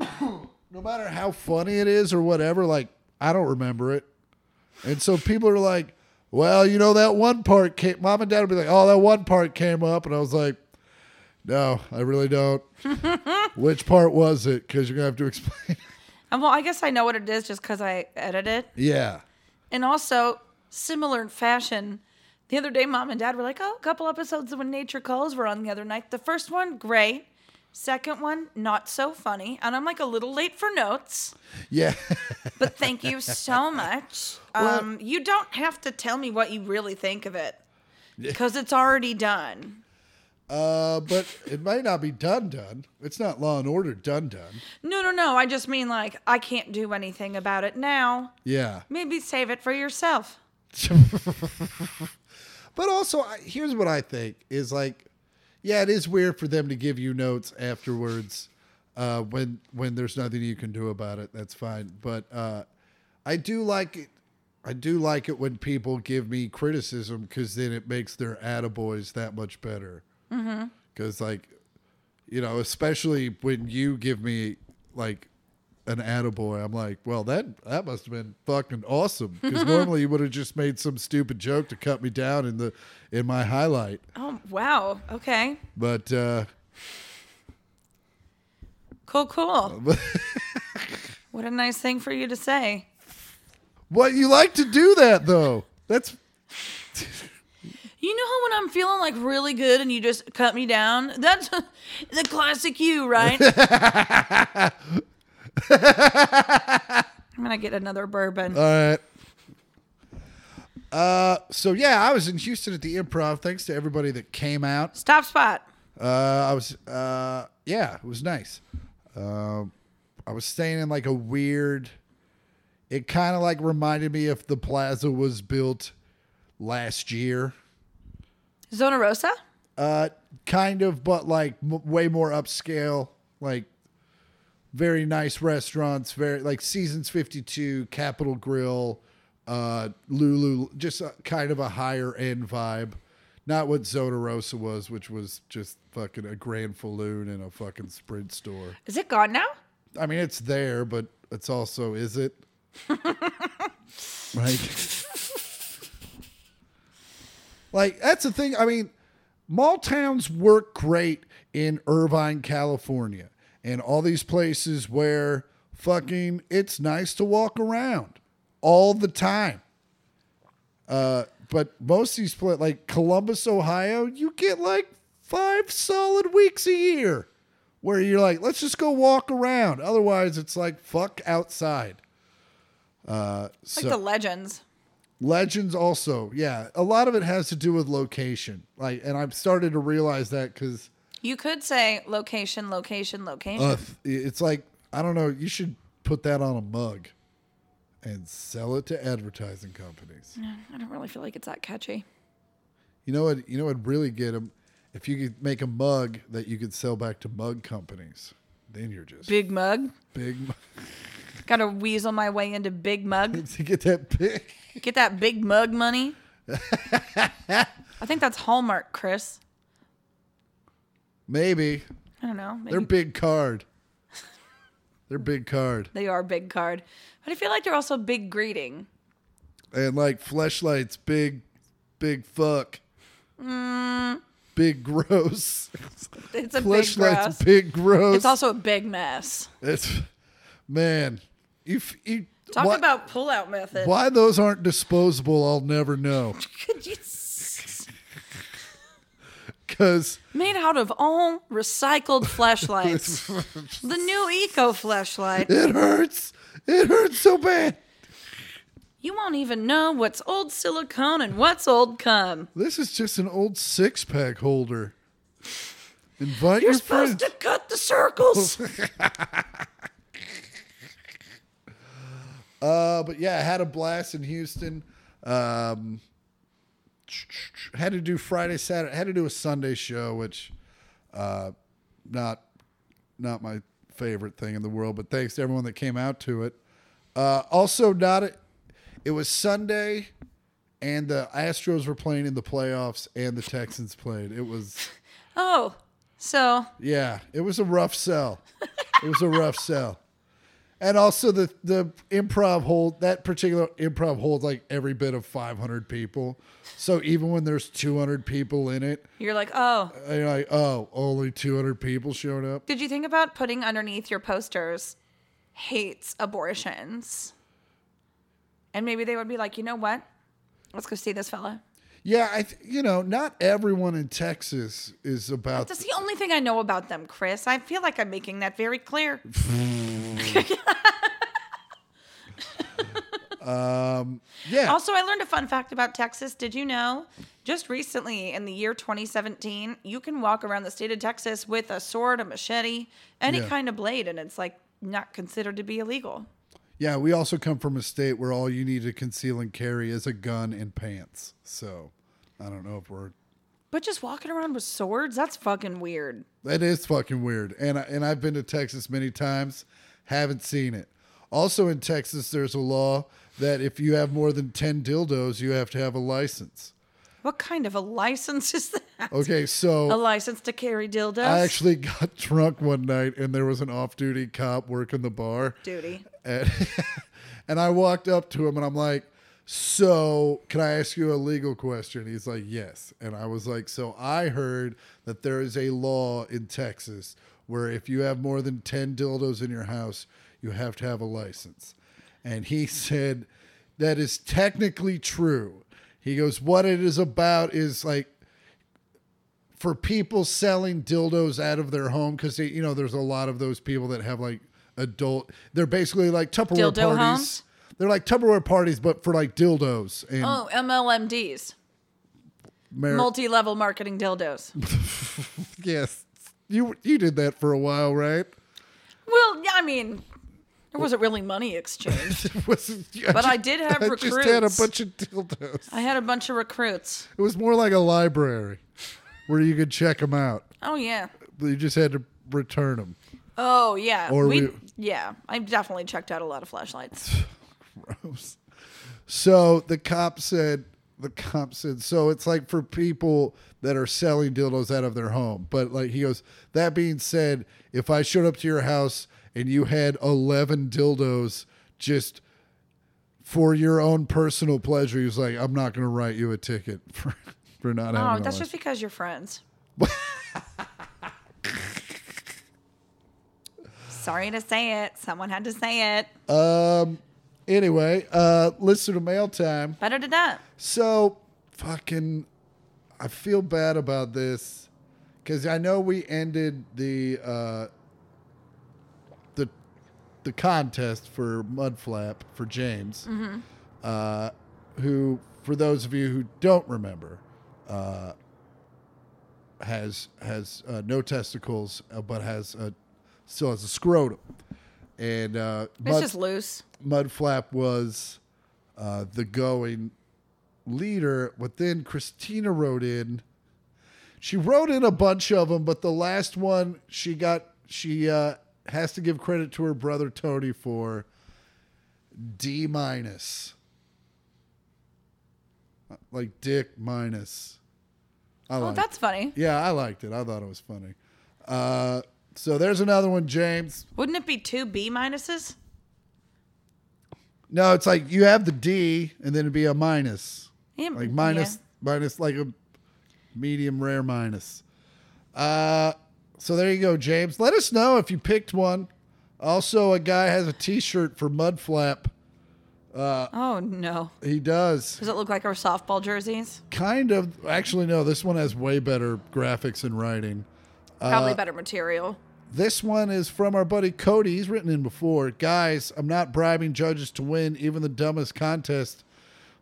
no matter how funny it is or whatever, like, I don't remember it. And so people are like, well, you know, that one part came, mom and dad would be like, oh, that one part came up. And I was like, no, I really don't. Which part was it? Because you're going to have to explain.
And well, I guess I know what it is just because I edit it.
yeah.
And also, similar in fashion, the other day, mom and dad were like, oh, a couple episodes of When Nature Calls were on the other night. The first one, great. Second one, not so funny. And I'm like a little late for notes,
<laughs> Yeah.
but thank you so much. Um, you don't have to tell me what you really think of it because it's already done.
uh, but it might not be done, done. It's not Law and Order, done, done.
No, no, no. I just mean like, I can't do anything about it now.
Yeah.
Maybe save it for yourself.
But also, I, here's what I think is like, yeah, it is weird for them to give you notes afterwards uh, when when there's nothing you can do about it. That's fine, but uh, I do like it. I do like it when people give me criticism because then it makes their attaboys that much better. Because like, you know, especially when you give me like an attaboy, I'm like, well, that that must have been fucking awesome. Because normally you would have just made some stupid joke to cut me down in the in my highlight.
Oh, wow. Okay.
But uh, <laughs>
Cool, cool. what a nice thing for you to say.
what you like to do that though? That's
You know how when I'm feeling like really good and you just cut me down? That's <laughs> the classic you,
<laughs>
right? I'm going to get another bourbon.
all right. Uh, so yeah, I was in Houston at the Improv. Thanks to everybody that came out.
Stop spot.
Uh, I was, uh, yeah, it was nice. Um, I was staying in like a weird. It kind of like reminded me if the plaza was built last year.
Zona Rosa?
Uh, kind of, but like m- way more upscale. Like very nice restaurants. Very like Seasons Fifty Two, Capital Grill, uh, Lulu. Just a, kind of a higher end vibe. Not what Zona Rosa was, which was just fucking a Grand Falloon and a fucking Sprint store.
Is it gone now?
I mean, it's there, but it's also is it? like, like that's the thing. I mean, mall towns work great in Irvine, California, and all these places where fucking it's nice to walk around all the time. Uh, but most of these pla like Columbus, Ohio, you get like five solid weeks a year where you're like, let's just go walk around. Otherwise, it's like fuck outside. Uh,
Like
so
the legends.
legends also, yeah, a lot of it has to do with location. Like, and I'm starting to realize that because
You could say location, location, location.
uh, it's like I don't know. You should put that on a mug and sell it to advertising companies.
I don't really feel like it's that catchy.
You know what? You know what really get them if you could make a mug that you could sell back to mug companies. Then you're just
Big mug.
big <laughs> mu-
Got to weasel my way into big
<laughs>
mug.
to get that big.
Get that big mug money. I think that's Hallmark, Chris.
Maybe
I don't know. Maybe
they're big card. They're big card
They are big card. But I feel like they're also big greeting.
and like fleshlights. Big, big fuck. Big gross.
It's a Mm. big
Fleshlights.
gross.
Big gross.
It's also a big mess.
It's man, you f- you
Talk
why,
about pull out method.
why those aren't disposable. I'll never know
Could you s-
because
Made out of all recycled flashlights. the new eco flashlight.
it hurts. It hurts so bad.
You won't even know what's old silicone and what's old cum.
This is just an old six pack holder. Invite
You're
your
supposed
friends.
to cut the circles.
Uh, but yeah, I had a blast in Houston. Um, had to do Friday, Saturday. Had to do a Sunday show, which uh, not not my favorite thing in the world. But thanks to everyone that came out to it. Uh, also, not a, it was Sunday, and the Astros were playing in the playoffs, and the Texans played. It was
Oh, so
yeah, it was a rough sell. it was a rough sell. And also the the improv hold that particular improv holds like every bit of 500 people. So even when there's 200 people in it,
you're like, oh,
and you're like, oh, only 200 people showed up.
did you think about putting underneath your posters hates abortions? And maybe they would be like, you know what? Let's go see this fella.
Yeah, I th- you know not everyone in Texas is about
That's the only thing I know about them, Chris. I feel like I'm making that very clear.
yeah.
Also, I learned a fun fact about Texas. Did you know? Just recently, in the year 2017, you can walk around the state of Texas with a sword, a machete, any
Yeah.
kind of blade, and it's like not considered to be illegal.
yeah, we also come from a state where all you need to conceal and carry is a gun and pants. So I don't know if we're
But just walking around with swords, that's fucking weird.
That is fucking weird. And I, and I've been to Texas many times, haven't seen it. Also in Texas, there's a law that if you have more than ten dildos, you have to have a license.
What kind of a <laughs> license is that?
Okay,
A
so
license to carry dildos?
I actually <laughs> got drunk one night, and there was an off-duty cop working the bar,
Duty.
and, <laughs> and I walked up to him and I'm like, "So, can I ask you a legal question?" He's like, "Yes." And I was like, "So, I heard that there is a law in Texas where if you have more than 10 dildos in your house, you have to have a license." And he <laughs> said, "That is technically true." He goes, "What it is about is like for people selling dildos out of their home because you know there's a lot of those people that have like adult they're basically like tupperware
Dildo
parties
homes?
they're like tupperware parties but for like dildos and
Oh, MLMDs.
mar-
Multi level marketing dildos.
yes you you did that for a while right <laughs>
well, yeah, I mean, there wasn't really money exchange.
<laughs> It wasn't-
But I did have
I just had a
recruits.
bunch of dildos
I had a bunch of recruits.
it was more like a library where you could check them out
Oh, yeah.
but you just had to return them
Oh yeah,
Or
we,
we-
yeah. I definitely checked out a lot of flashlights.
gross. So the cop said, the cop said, so it's like for people that are selling dildos out of their home. But like he goes, that being said, if I showed up to your house and you had 11 dildos just for your own personal pleasure, he was like, I'm not going to write you a ticket <laughs> for, for not
Oh,
having a
that's
license."
just because
<laughs>
you're friends. Sorry to say it. Someone had to say it.
Anyway, uh, listen to mail time.
Better to that.
So fucking, I feel bad about this because I know we ended the uh, the the contest for Mudflap for James,
Mm-hmm.
uh, who, for those of you who don't remember, uh, has has uh, no testicles uh, but has a still has a scrotum, and uh,
It's
Mud-
just loose.
Mudflap was uh, the going leader, but then Christina wrote in. She wrote in a bunch of them, but the last one she got, she uh, has to give credit to her brother Tony for D minus, like Dick minus. I
Oh,
like
that's funny.
yeah, I liked it. I thought it was funny. Uh, so there's another one, James.
Wouldn't it be two B minuses?
No, it's like you have the D and then it'd be a minus.
Yeah,
Like
yeah.
minus minus like a medium rare minus. Uh so there you go, James. Let us know if you picked one. Also, a guy has a t-shirt for Mudflap.
Oh no.
He does.
Does it look like our softball jerseys?
Kind of actually no, this one has way better graphics and writing.
Probably better material.
This one is from our buddy Cody. He's written in before. Guys, I'm not bribing judges to win even the dumbest contest.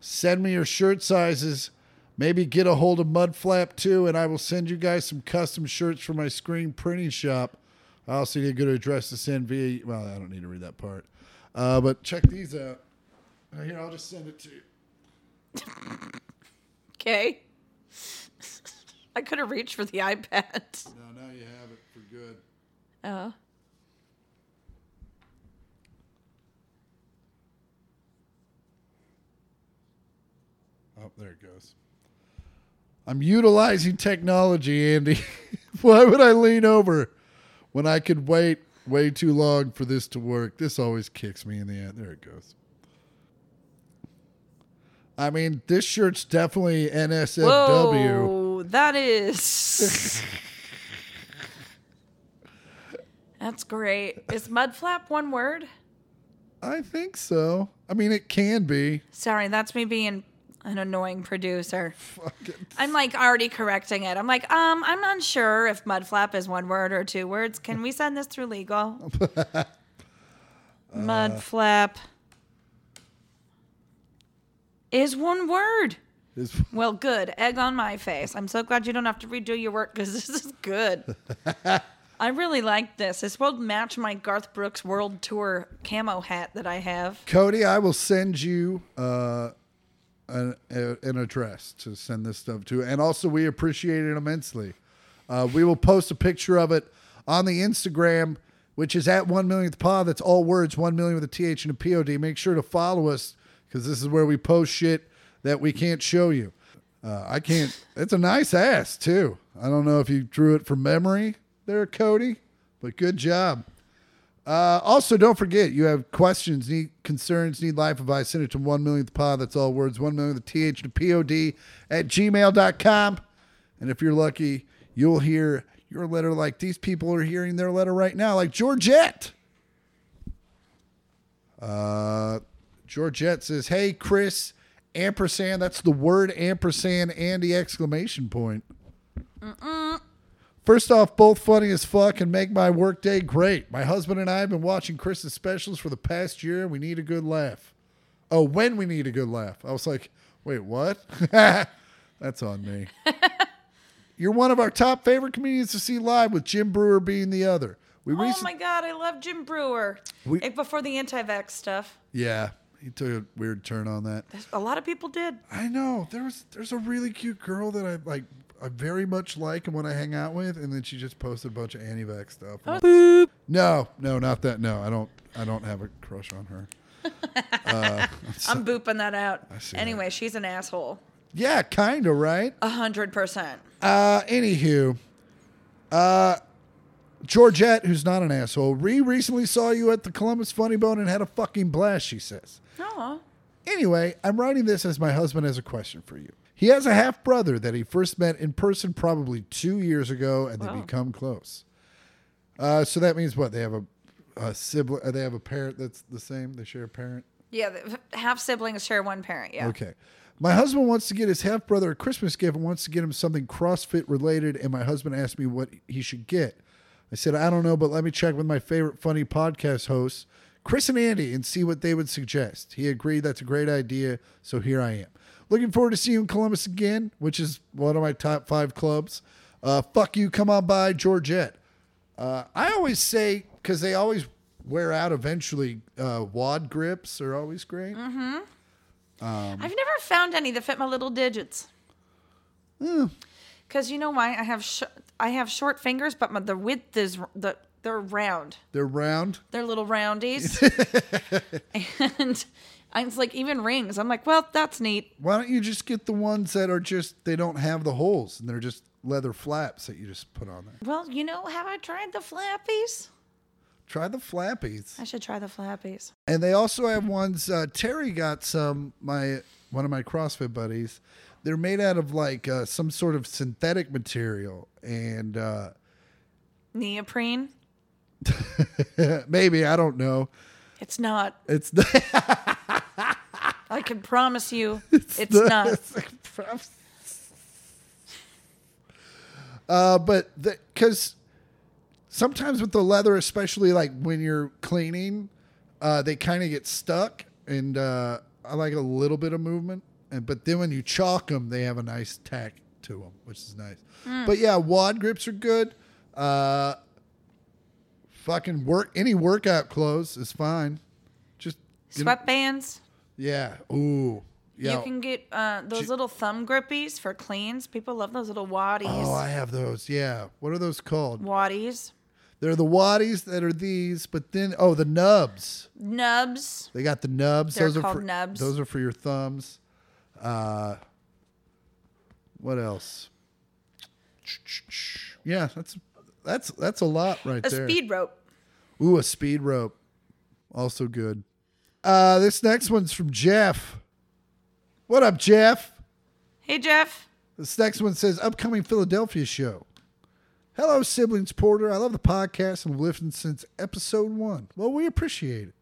Send me your shirt sizes. Maybe get a hold of Mudflap too, and I will send you guys some custom shirts from my screen printing shop. e-, I also need a good address to send via. Well, I don't need to read that part. Uh, but check these out. Uh, Here, I'll just send it to you.
Okay. <laughs> I could have reached for the iPad.
No, now you have it for good.
Oh.
Oh, there it goes. I'm utilizing technology, Andy. <laughs> Why would I lean over when I could wait way too long for this to work? This always kicks me in the end. There it goes. I mean, this shirt's definitely NSFW.
Whoa, that is. <laughs> That's great. Is mudflap one word?
I think so. I mean, it can be.
Sorry, that's me being an annoying producer. I'm like already correcting it. I'm like, um, I'm unsure if mudflap is one word or two words. Can we send this through legal? mudflap is one word.
It's,
Well, good. Egg on my face. I'm so glad you don't have to redo your work because <laughs> this is good. I really like this. This will match my Garth Brooks World Tour camo hat that I have.
Cody, I will send you uh, an, a, an address to send this stuff to. And also, we appreciate it immensely. Uh, we will post a picture of it on the Instagram, which is at 1 millionth pod. That's all words, 1 million with a TH and a POD. Make sure to follow us because this is where we post shit that we can't show you. Uh, I can't. It's a nice ass, too. I don't know if you drew it from memory there, Cody, but good job. Uh, also, don't forget you have questions, need concerns, need life advice. Send it to 1 millionth pod. That's all words 1 millionth th to pod at gmail.com. And if you're lucky, you'll hear your letter like these people are hearing their letter right now, like Georgette. Uh, Georgette says, Hey, Chris, ampersand. That's the word ampersand and the exclamation point. First off, both funny as fuck and make my workday great. My husband and I have been watching Chris's specials for the past year, and we need a good laugh. Oh, when we need a good laugh. I was like, wait, what? <laughs> That's on
<laughs>
me. You're one of our top favorite comedians to see live, with Jim Brewer being the other. We
Oh
recent-
my God, I love Jim Brewer.
We-
Eh, Before the anti vax stuff,
yeah, he took a weird turn on that.
a lot of people did.
I know. There was there's a really cute girl that I like I very much like and want to hang out with, and then she just posted a bunch of anti-vax stuff. And I- No, no, not that. No, I don't. I don't have a crush on her.
I'm booping that out.
see that.
Anyway, she's an asshole.
Yeah, kind of right.
A hundred percent.
Uh, anywho, uh, Georgette, who's not an asshole, re recently saw you at the Columbus Funny Bone and had a fucking blast. She says.
Oh,
Anyway, I'm writing this as my husband has a question for you. He has a half brother that he first met in person probably two years ago, and they
Wow.
become close. Uh, so that means what? They have a, a sibling. uh, They have a parent that's the same. They share a parent.
yeah. Half siblings share one parent. Yeah.
Okay. My husband wants to get his half brother a Christmas gift and wants to get him something CrossFit related. And my husband asked me what he should get. I said, I don't know, but let me check with my favorite funny podcast hosts, Chris and Andy, and see what they would suggest. He agreed that's a great idea. So here I am. Looking forward to seeing you in Columbus again, which is one of my top five clubs. Uh, fuck you. Come on by, Georgette. Uh, I always say, because they always wear out eventually, uh, wad grips are always great.
I've never found any that fit my little digits.
Hmm.
Because you know why I have sh- I have short fingers, but my, the width is r- the they're round.
They're round.
They're
<laughs>
little roundies, and I was like even rings. I'm like, well, that's neat.
Why don't you just get the ones that are just they don't have the holes and they're just leather flaps that you just put on there.
Well, you know, have I tried the flappies?
Try the flappies.
I should try the flappies.
And they also have ones uh, Terry got some my one of my CrossFit buddies. They're made out of like uh, some sort of synthetic material and uh,
Neoprene.
maybe I don't know.
It's not.
It's <laughs> the
I can
<laughs>
promise you, it's, not.
not. <laughs> uh, but because sometimes with the leather, especially like when you're cleaning, uh, they kind of get stuck, and uh, I like a little bit of movement. And but then when you chalk them, they have a nice tack to them, which is nice.
Hmm.
But yeah, wad grips are good. Uh, fucking work any workout clothes is fine. Just you know-
Sweatbands.
Yeah. Ooh. Yeah.
You can get uh, those little thumb grippies for cleans. People love those little waddies.
oh, I have those. Yeah. What are those called?
waddies.
They're the waddies that are these, but then oh, the nubs.
Nubs.
They got the nubs.
They're
those are
called
for,
nubs.
Those are for your thumbs. Uh, what else? Yeah, that's that's that's a lot right
A
there.
speed rope.
Ooh, a speed rope, also good. Uh, this next one's from Jeff. What up, Jeff?
Hey, Jeff.
This next one says upcoming Philadelphia show. Hello, siblings Porter. I love the podcast and have listened since episode one. Well, we appreciate it.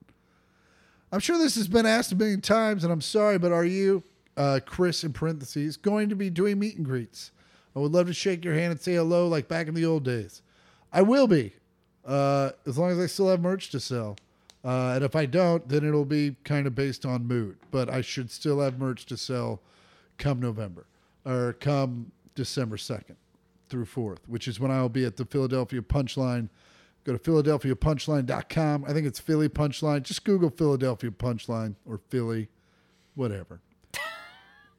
I'm sure this has been asked a million times, and I'm sorry, but are you, uh, Chris in parentheses, going to be doing meet and greets? I would love to shake your hand and say hello like back in the old days. I will be, uh, as long as I still have merch to sell. Uh, and if I don't, then it'll be kind of based on mood, but I should still have merch to sell come November or come December 2nd through 4th, which is when I'll be at the Philadelphia Punchline. Go to philadelphiapunchline.com. I think it's Philly Punchline. Just Google Philadelphia Punchline or Philly, whatever.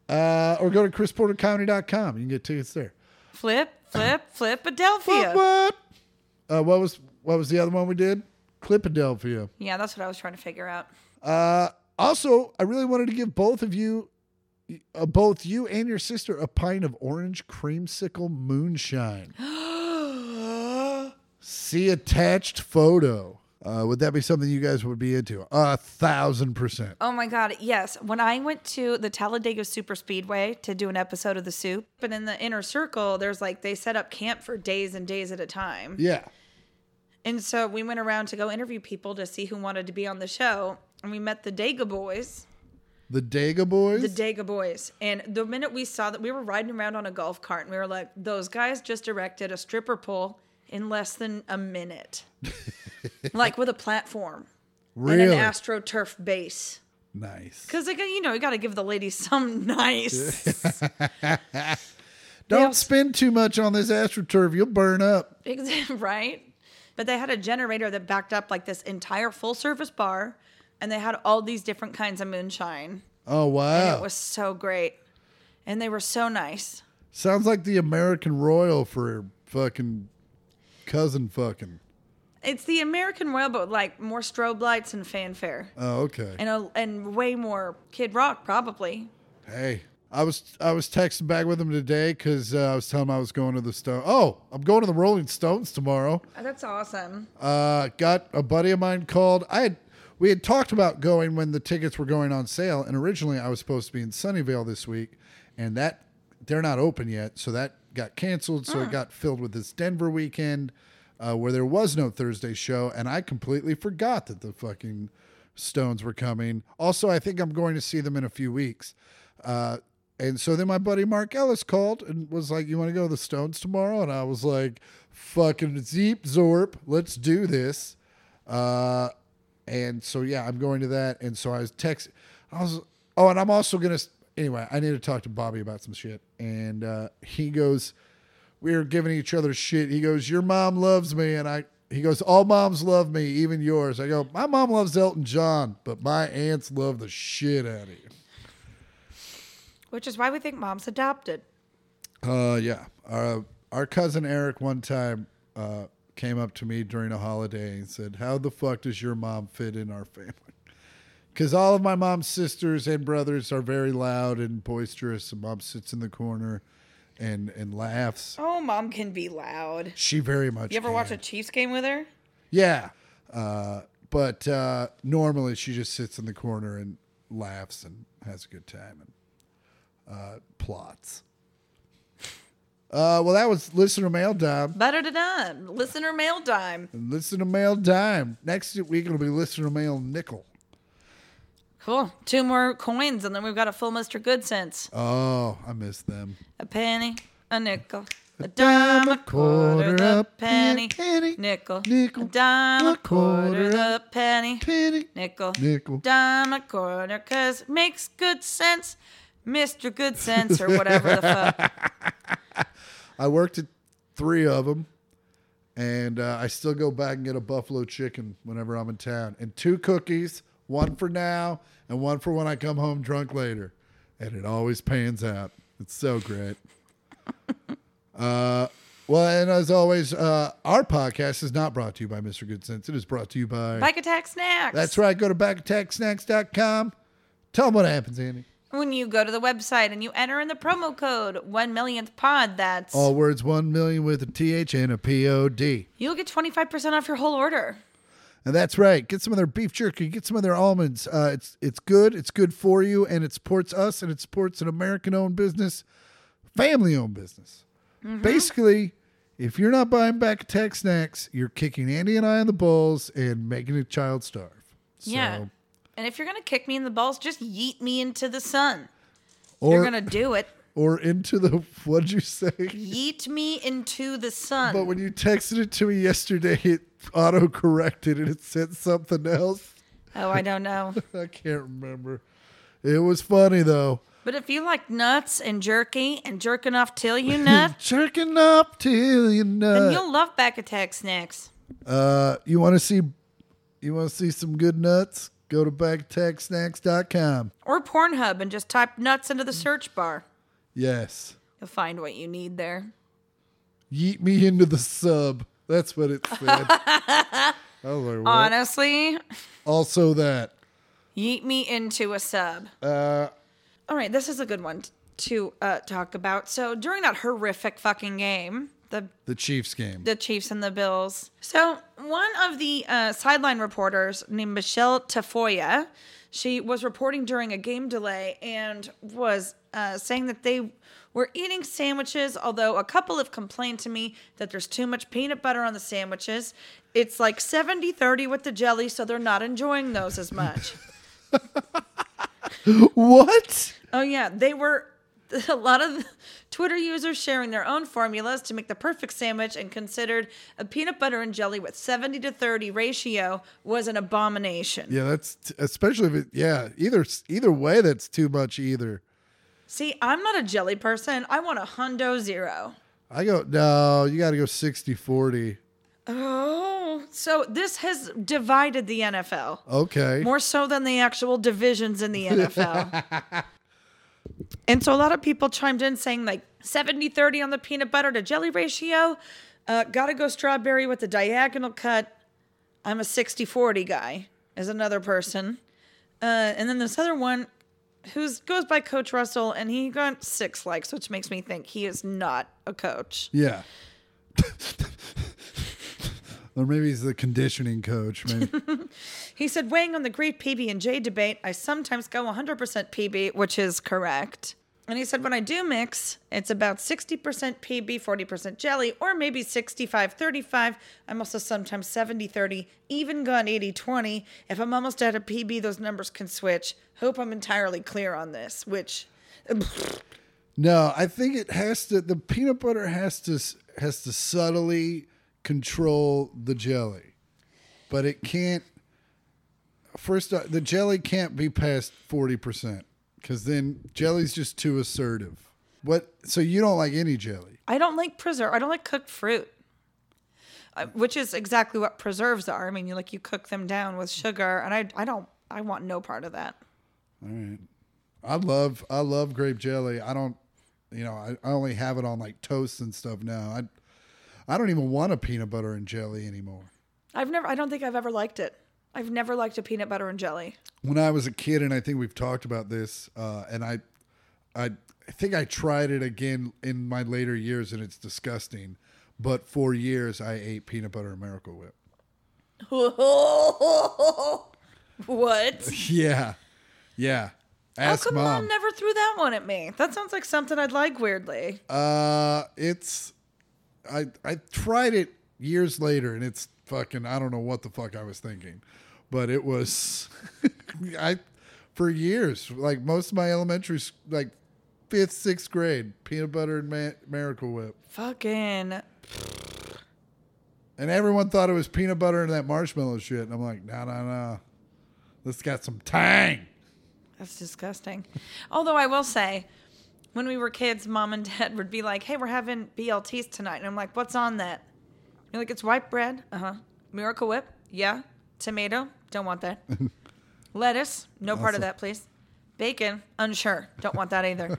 uh, or go to chrisportercomedy.com. You can get tickets there.
Flip, flip, flipadelphia.
What? Uh, what was what was the other one we did? Clipadelphia.
Yeah, that's what I was trying to figure out.
Uh, also, I really wanted to give both of you, uh, both you and your sister, a pint of orange creamsicle
<gasps>
moonshine. See attached photo. Uh, would that be something you guys would be into? A thousand percent.
Oh my God, yes. When I went to the Talladega Super Speedway to do an episode of The Soup, and in the inner circle, there's like they set up camp for days and days at a time.
Yeah.
And so we went around to go interview people to see who wanted to be on the show. And we met the Daga Boys.
The Daga boys.
The Daga Boys. And the minute we saw that, we were riding around on a golf cart and we were like, those guys just erected a stripper pole in less than a minute, like with a platform and
really
an AstroTurf base.
nice.
Because, you know, you got to give the ladies <laughs> some nice.
Don't
Yeah.
spend too much on this astroturf. You'll burn up.
Ex- <laughs> right? But they had a generator that backed up like this entire full service bar and they had all these different kinds of moonshine.
Oh
And
wow!
it was so great. And they were so nice.
Sounds like the American Royal for fucking cousin fucking.
It's the American Royal, but with, like more strobe lights and fanfare.
Oh okay.
And, a, and way more Kid Rock, probably.
Hey, I was I was texting back with him today because uh, I was telling him I was going to the Stone. Oh, I'm going to the Rolling Stones tomorrow.
Oh, that's awesome.
Uh, got a buddy of mine called. I had we had talked about going when the tickets were going on sale, and originally I was supposed to be in Sunnyvale this week, and that they're not open yet, so that got canceled. So it got filled with this Denver weekend uh, where there was no Thursday show, and I completely forgot that the fucking Stones were coming. Also, I think I'm going to see them in a few weeks. Uh, and so then my buddy Mark Ellis called and was like, You want to go to the Stones tomorrow? And I was like, Fucking zeep zorp, let's do this. Uh, and so, yeah, I'm going to that. And so I was text. I was, oh, and I'm also going to, anyway, I need to talk to Bobby about some shit. And uh, he goes, we were giving each other shit. He goes, "Your mom loves me," and I. He goes, "All moms love me, even yours." I go, "My mom loves Elton John, but my aunts love the shit out of you."
Which is why we think mom's adopted.
Uh, yeah. Our our cousin Eric one time uh, came up to me during a holiday and said, "How the fuck does your mom fit in our family?" Because all of my mom's sisters and brothers are very loud and boisterous, and mom sits in the corner and and laughs.
Oh, mom can be loud.
She very much.
You ever
can.
watch a Chiefs game with her?
Yeah. Uh, but uh, normally she just sits in the corner and laughs and has a good time and uh, plots. Uh, well, that was listener mail dime.
Better to dime. Listener mail dime.
And listener mail dime. Next week it'll be listener mail nickel.
Cool. Two more coins, and then we've got a full Mr. Good Sense.
Oh, I miss them.
A penny, a nickel, a dime, a quarter, a penny, nickel,
nickel,
a dime, a quarter, a penny,
penny,
nickel,
nickel.
dime, a quarter, cause it makes good sense, Mr. Good Sense, or whatever
<laughs>
the fuck.
I worked at three of them, and uh, I still go back and get a buffalo chicken whenever I'm in town, and two cookies, one for now and one for when I come home drunk later. And it always pans out. It's so great. <laughs> uh, well, and as always, uh, our podcast is not brought to you by Mr. Good Sense. It is brought to you by.
Bike attack snacks.
That's right. Go to backattacksnacks.com. Tell them what happens, Andy.
When you go to the website and you enter in the promo code one millionth pod, that's
All words 1 million with a TH and a POD.
you'll get twenty five percent off your whole order.
And that's right. Get some of their beef jerky. Get some of their almonds. Uh, it's it's good. It's good for you, and it supports us, and it supports an American-owned business, family-owned business.
Mm-hmm.
Basically, if you're not buying back tech snacks, you're kicking Andy and I in the balls and making a child starve. So,
Yeah. And if you're gonna kick me in the balls, just yeet me into the sun.
Or
you're gonna do it.
or into the <laughs> what'd you say?
Yeet me into the sun.
But when you texted it to me yesterday, it auto corrected and it said something else.
oh, I don't know.
I can't remember. It was funny though.
But if you like nuts and jerky and jerking off till you nut,
Jerking up till you
then
nut.
you'll love back attack snacks.
Uh, you want to see, you want to see some good nuts? Go to backtagsnacks.com.
Or Pornhub and just type nuts into the search bar.
Yes,
You'll find what you need there.
yeet me into the sub. That's what it
<laughs>
said. I was like, what?
Honestly,
Also that.
yeet me into a sub.
Uh,
All right, this is a good one t- to uh, talk about. So during that horrific fucking game, the
the Chiefs game.
the Chiefs and the Bills. So one of the uh, sideline reporters named Michelle Tafoya, she was reporting during a game delay and was uh, saying that they were eating sandwiches. Although a couple have complained to me that there's too much peanut butter on the sandwiches. It's like 70-30 with the jelly, so they're not enjoying those as much.
<laughs>
<laughs>
what?
Oh yeah, they were <laughs> a lot of Twitter users sharing their own formulas to make the perfect sandwich and considered a peanut butter and jelly with 70 to 30 ratio was an abomination.
Yeah, that's especially if it. Yeah, either either way, that's too much. Either
See, I'm not a jelly person. I want a hundo zero.
I go no. You got to go 60-40.
Oh, so this has divided the NFL.
Okay.
more so than the actual divisions in the NFL. and so a lot of people chimed in saying like 70 30 on the peanut butter to jelly ratio. Uh, gotta go strawberry with the diagonal cut. I'm a 60 40 guy, is another person. Uh, and then this other one who goes by Coach Russell, and he got six likes, which makes me think he is not a coach.
Yeah. <laughs> or maybe he's the conditioning coach, man.
He said, weighing on the great PB and J debate, I sometimes go 100% PB, which is correct. And he said, when I do mix, it's about 60% PB, 40% jelly, or maybe 65 35. I'm also sometimes 70 30, even gone 80 20. If I'm almost out of PB, those numbers can switch. Hope I'm entirely clear on this, which
no, I think it has to. The peanut butter has to s- has to subtly control the jelly, but it can't. First, uh, the jelly can't be past forty percent because then jelly's just too assertive. What? So you don't like any jelly?
I don't like preserve. I don't like cooked fruit, uh, which is exactly what preserves are. I mean, you like you cook them down with sugar, and I, I don't, I want no part of that.
All right. I love I love grape jelly. I don't you know, I, I only have it on like toasts and stuff now. I I don't even want a peanut butter and jelly anymore.
I've never. I don't think I've ever liked it. I've never liked a peanut butter and jelly.
When I was a kid and I think we've talked about this, uh, and I I I think I tried it again in my later years and it's disgusting. But for years I ate peanut butter and miracle whip. <laughs>
what?
Yeah. Yeah.
How
Ask
come
mom.
mom never threw that one at me? That sounds like something I'd like. Weirdly,
Uh, it's I I tried it years later, and it's fucking. I don't know what the fuck I was thinking, but it was. <laughs> I for years, like most of my elementary, s- like fifth, sixth grade, peanut butter and ma- Miracle Whip,
fucking.
and everyone thought it was peanut butter and that marshmallow shit, and I'm like, nah, nah, nah. This got some tang.
That's disgusting. Although I will say, when we were kids, mom and dad would be like, "Hey, we're having BLTs tonight," and I'm like, "What's on that?" Uh-huh. You're like, "It's white bread." Uh huh. Miracle Whip. Yeah. Tomato. Don't want that. Lettuce, no part of
Awesome.
that, please. Bacon, unsure. Don't want that either.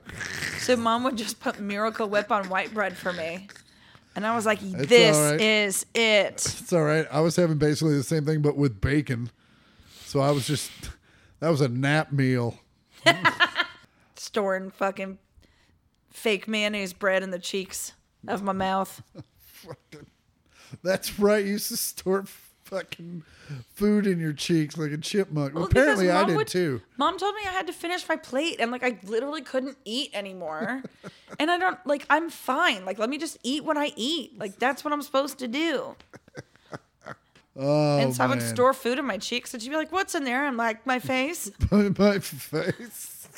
so mom would just put Miracle Whip on white bread for me. And I was like, this
alright.
is it.
It's all right. I was having basically the same thing, but with bacon. So I was just, <laughs> that was a nap meal.
Storing fucking fake mayonnaise bread in the cheeks of my mouth.
That's right. You used to store fucking food in your cheeks like a chipmunk.
Well, because
Apparently, I
Mom
did
would-
too. <laughs>
Mom told me I had to finish my plate and like I literally couldn't eat
<laughs>
anymore. and I don't like I'm fine. Like let me just eat what I eat. Like that's what I'm supposed to do.
<laughs> Oh,
and so I would
man.
store food in my cheeks and she'd be like, What's in there? I'm like, my face.
my face.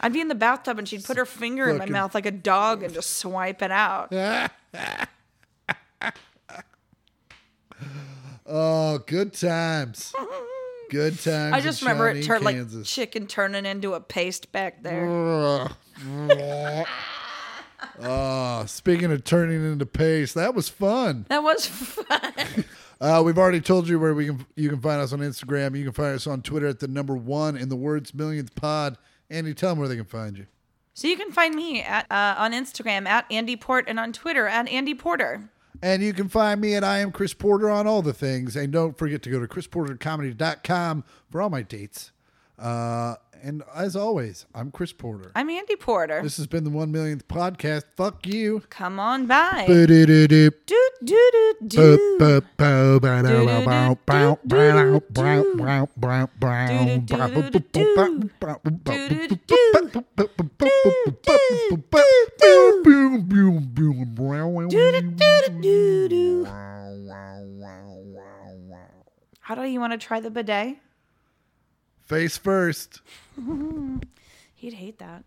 I'd be in the bathtub and she'd put her finger in my
Fucking-
mouth like a dog and just swipe it out.
Oh, good times. Good times.
<laughs> I just
in
remember it
Shawnee,
turned like
Kansas.
chicken turning into a paste back there.
<laughs> oh, Ah, speaking of turning into paste, that was fun.
That was <laughs> fun.
Uh, we've already told you where we can you can find us on Instagram. You can find us on Twitter at the number one in the words millionth pod. Andy, tell them where they can find you.
So you can find me at, uh, on Instagram at Andy Port and on Twitter at Andy Porter.
And you can find me at I am Chris Porter on all the things. And don't forget to go to chrisportercomedy.com for all my dates. Uh, and as always, I'm Chris Porter.
I'm Andy Porter.
This has been the one millionth podcast. Fuck you.
Come on by.
Ba-do-do-do.
Do do do do. How do you want to try the bidet?
Face first.
He'd hate that.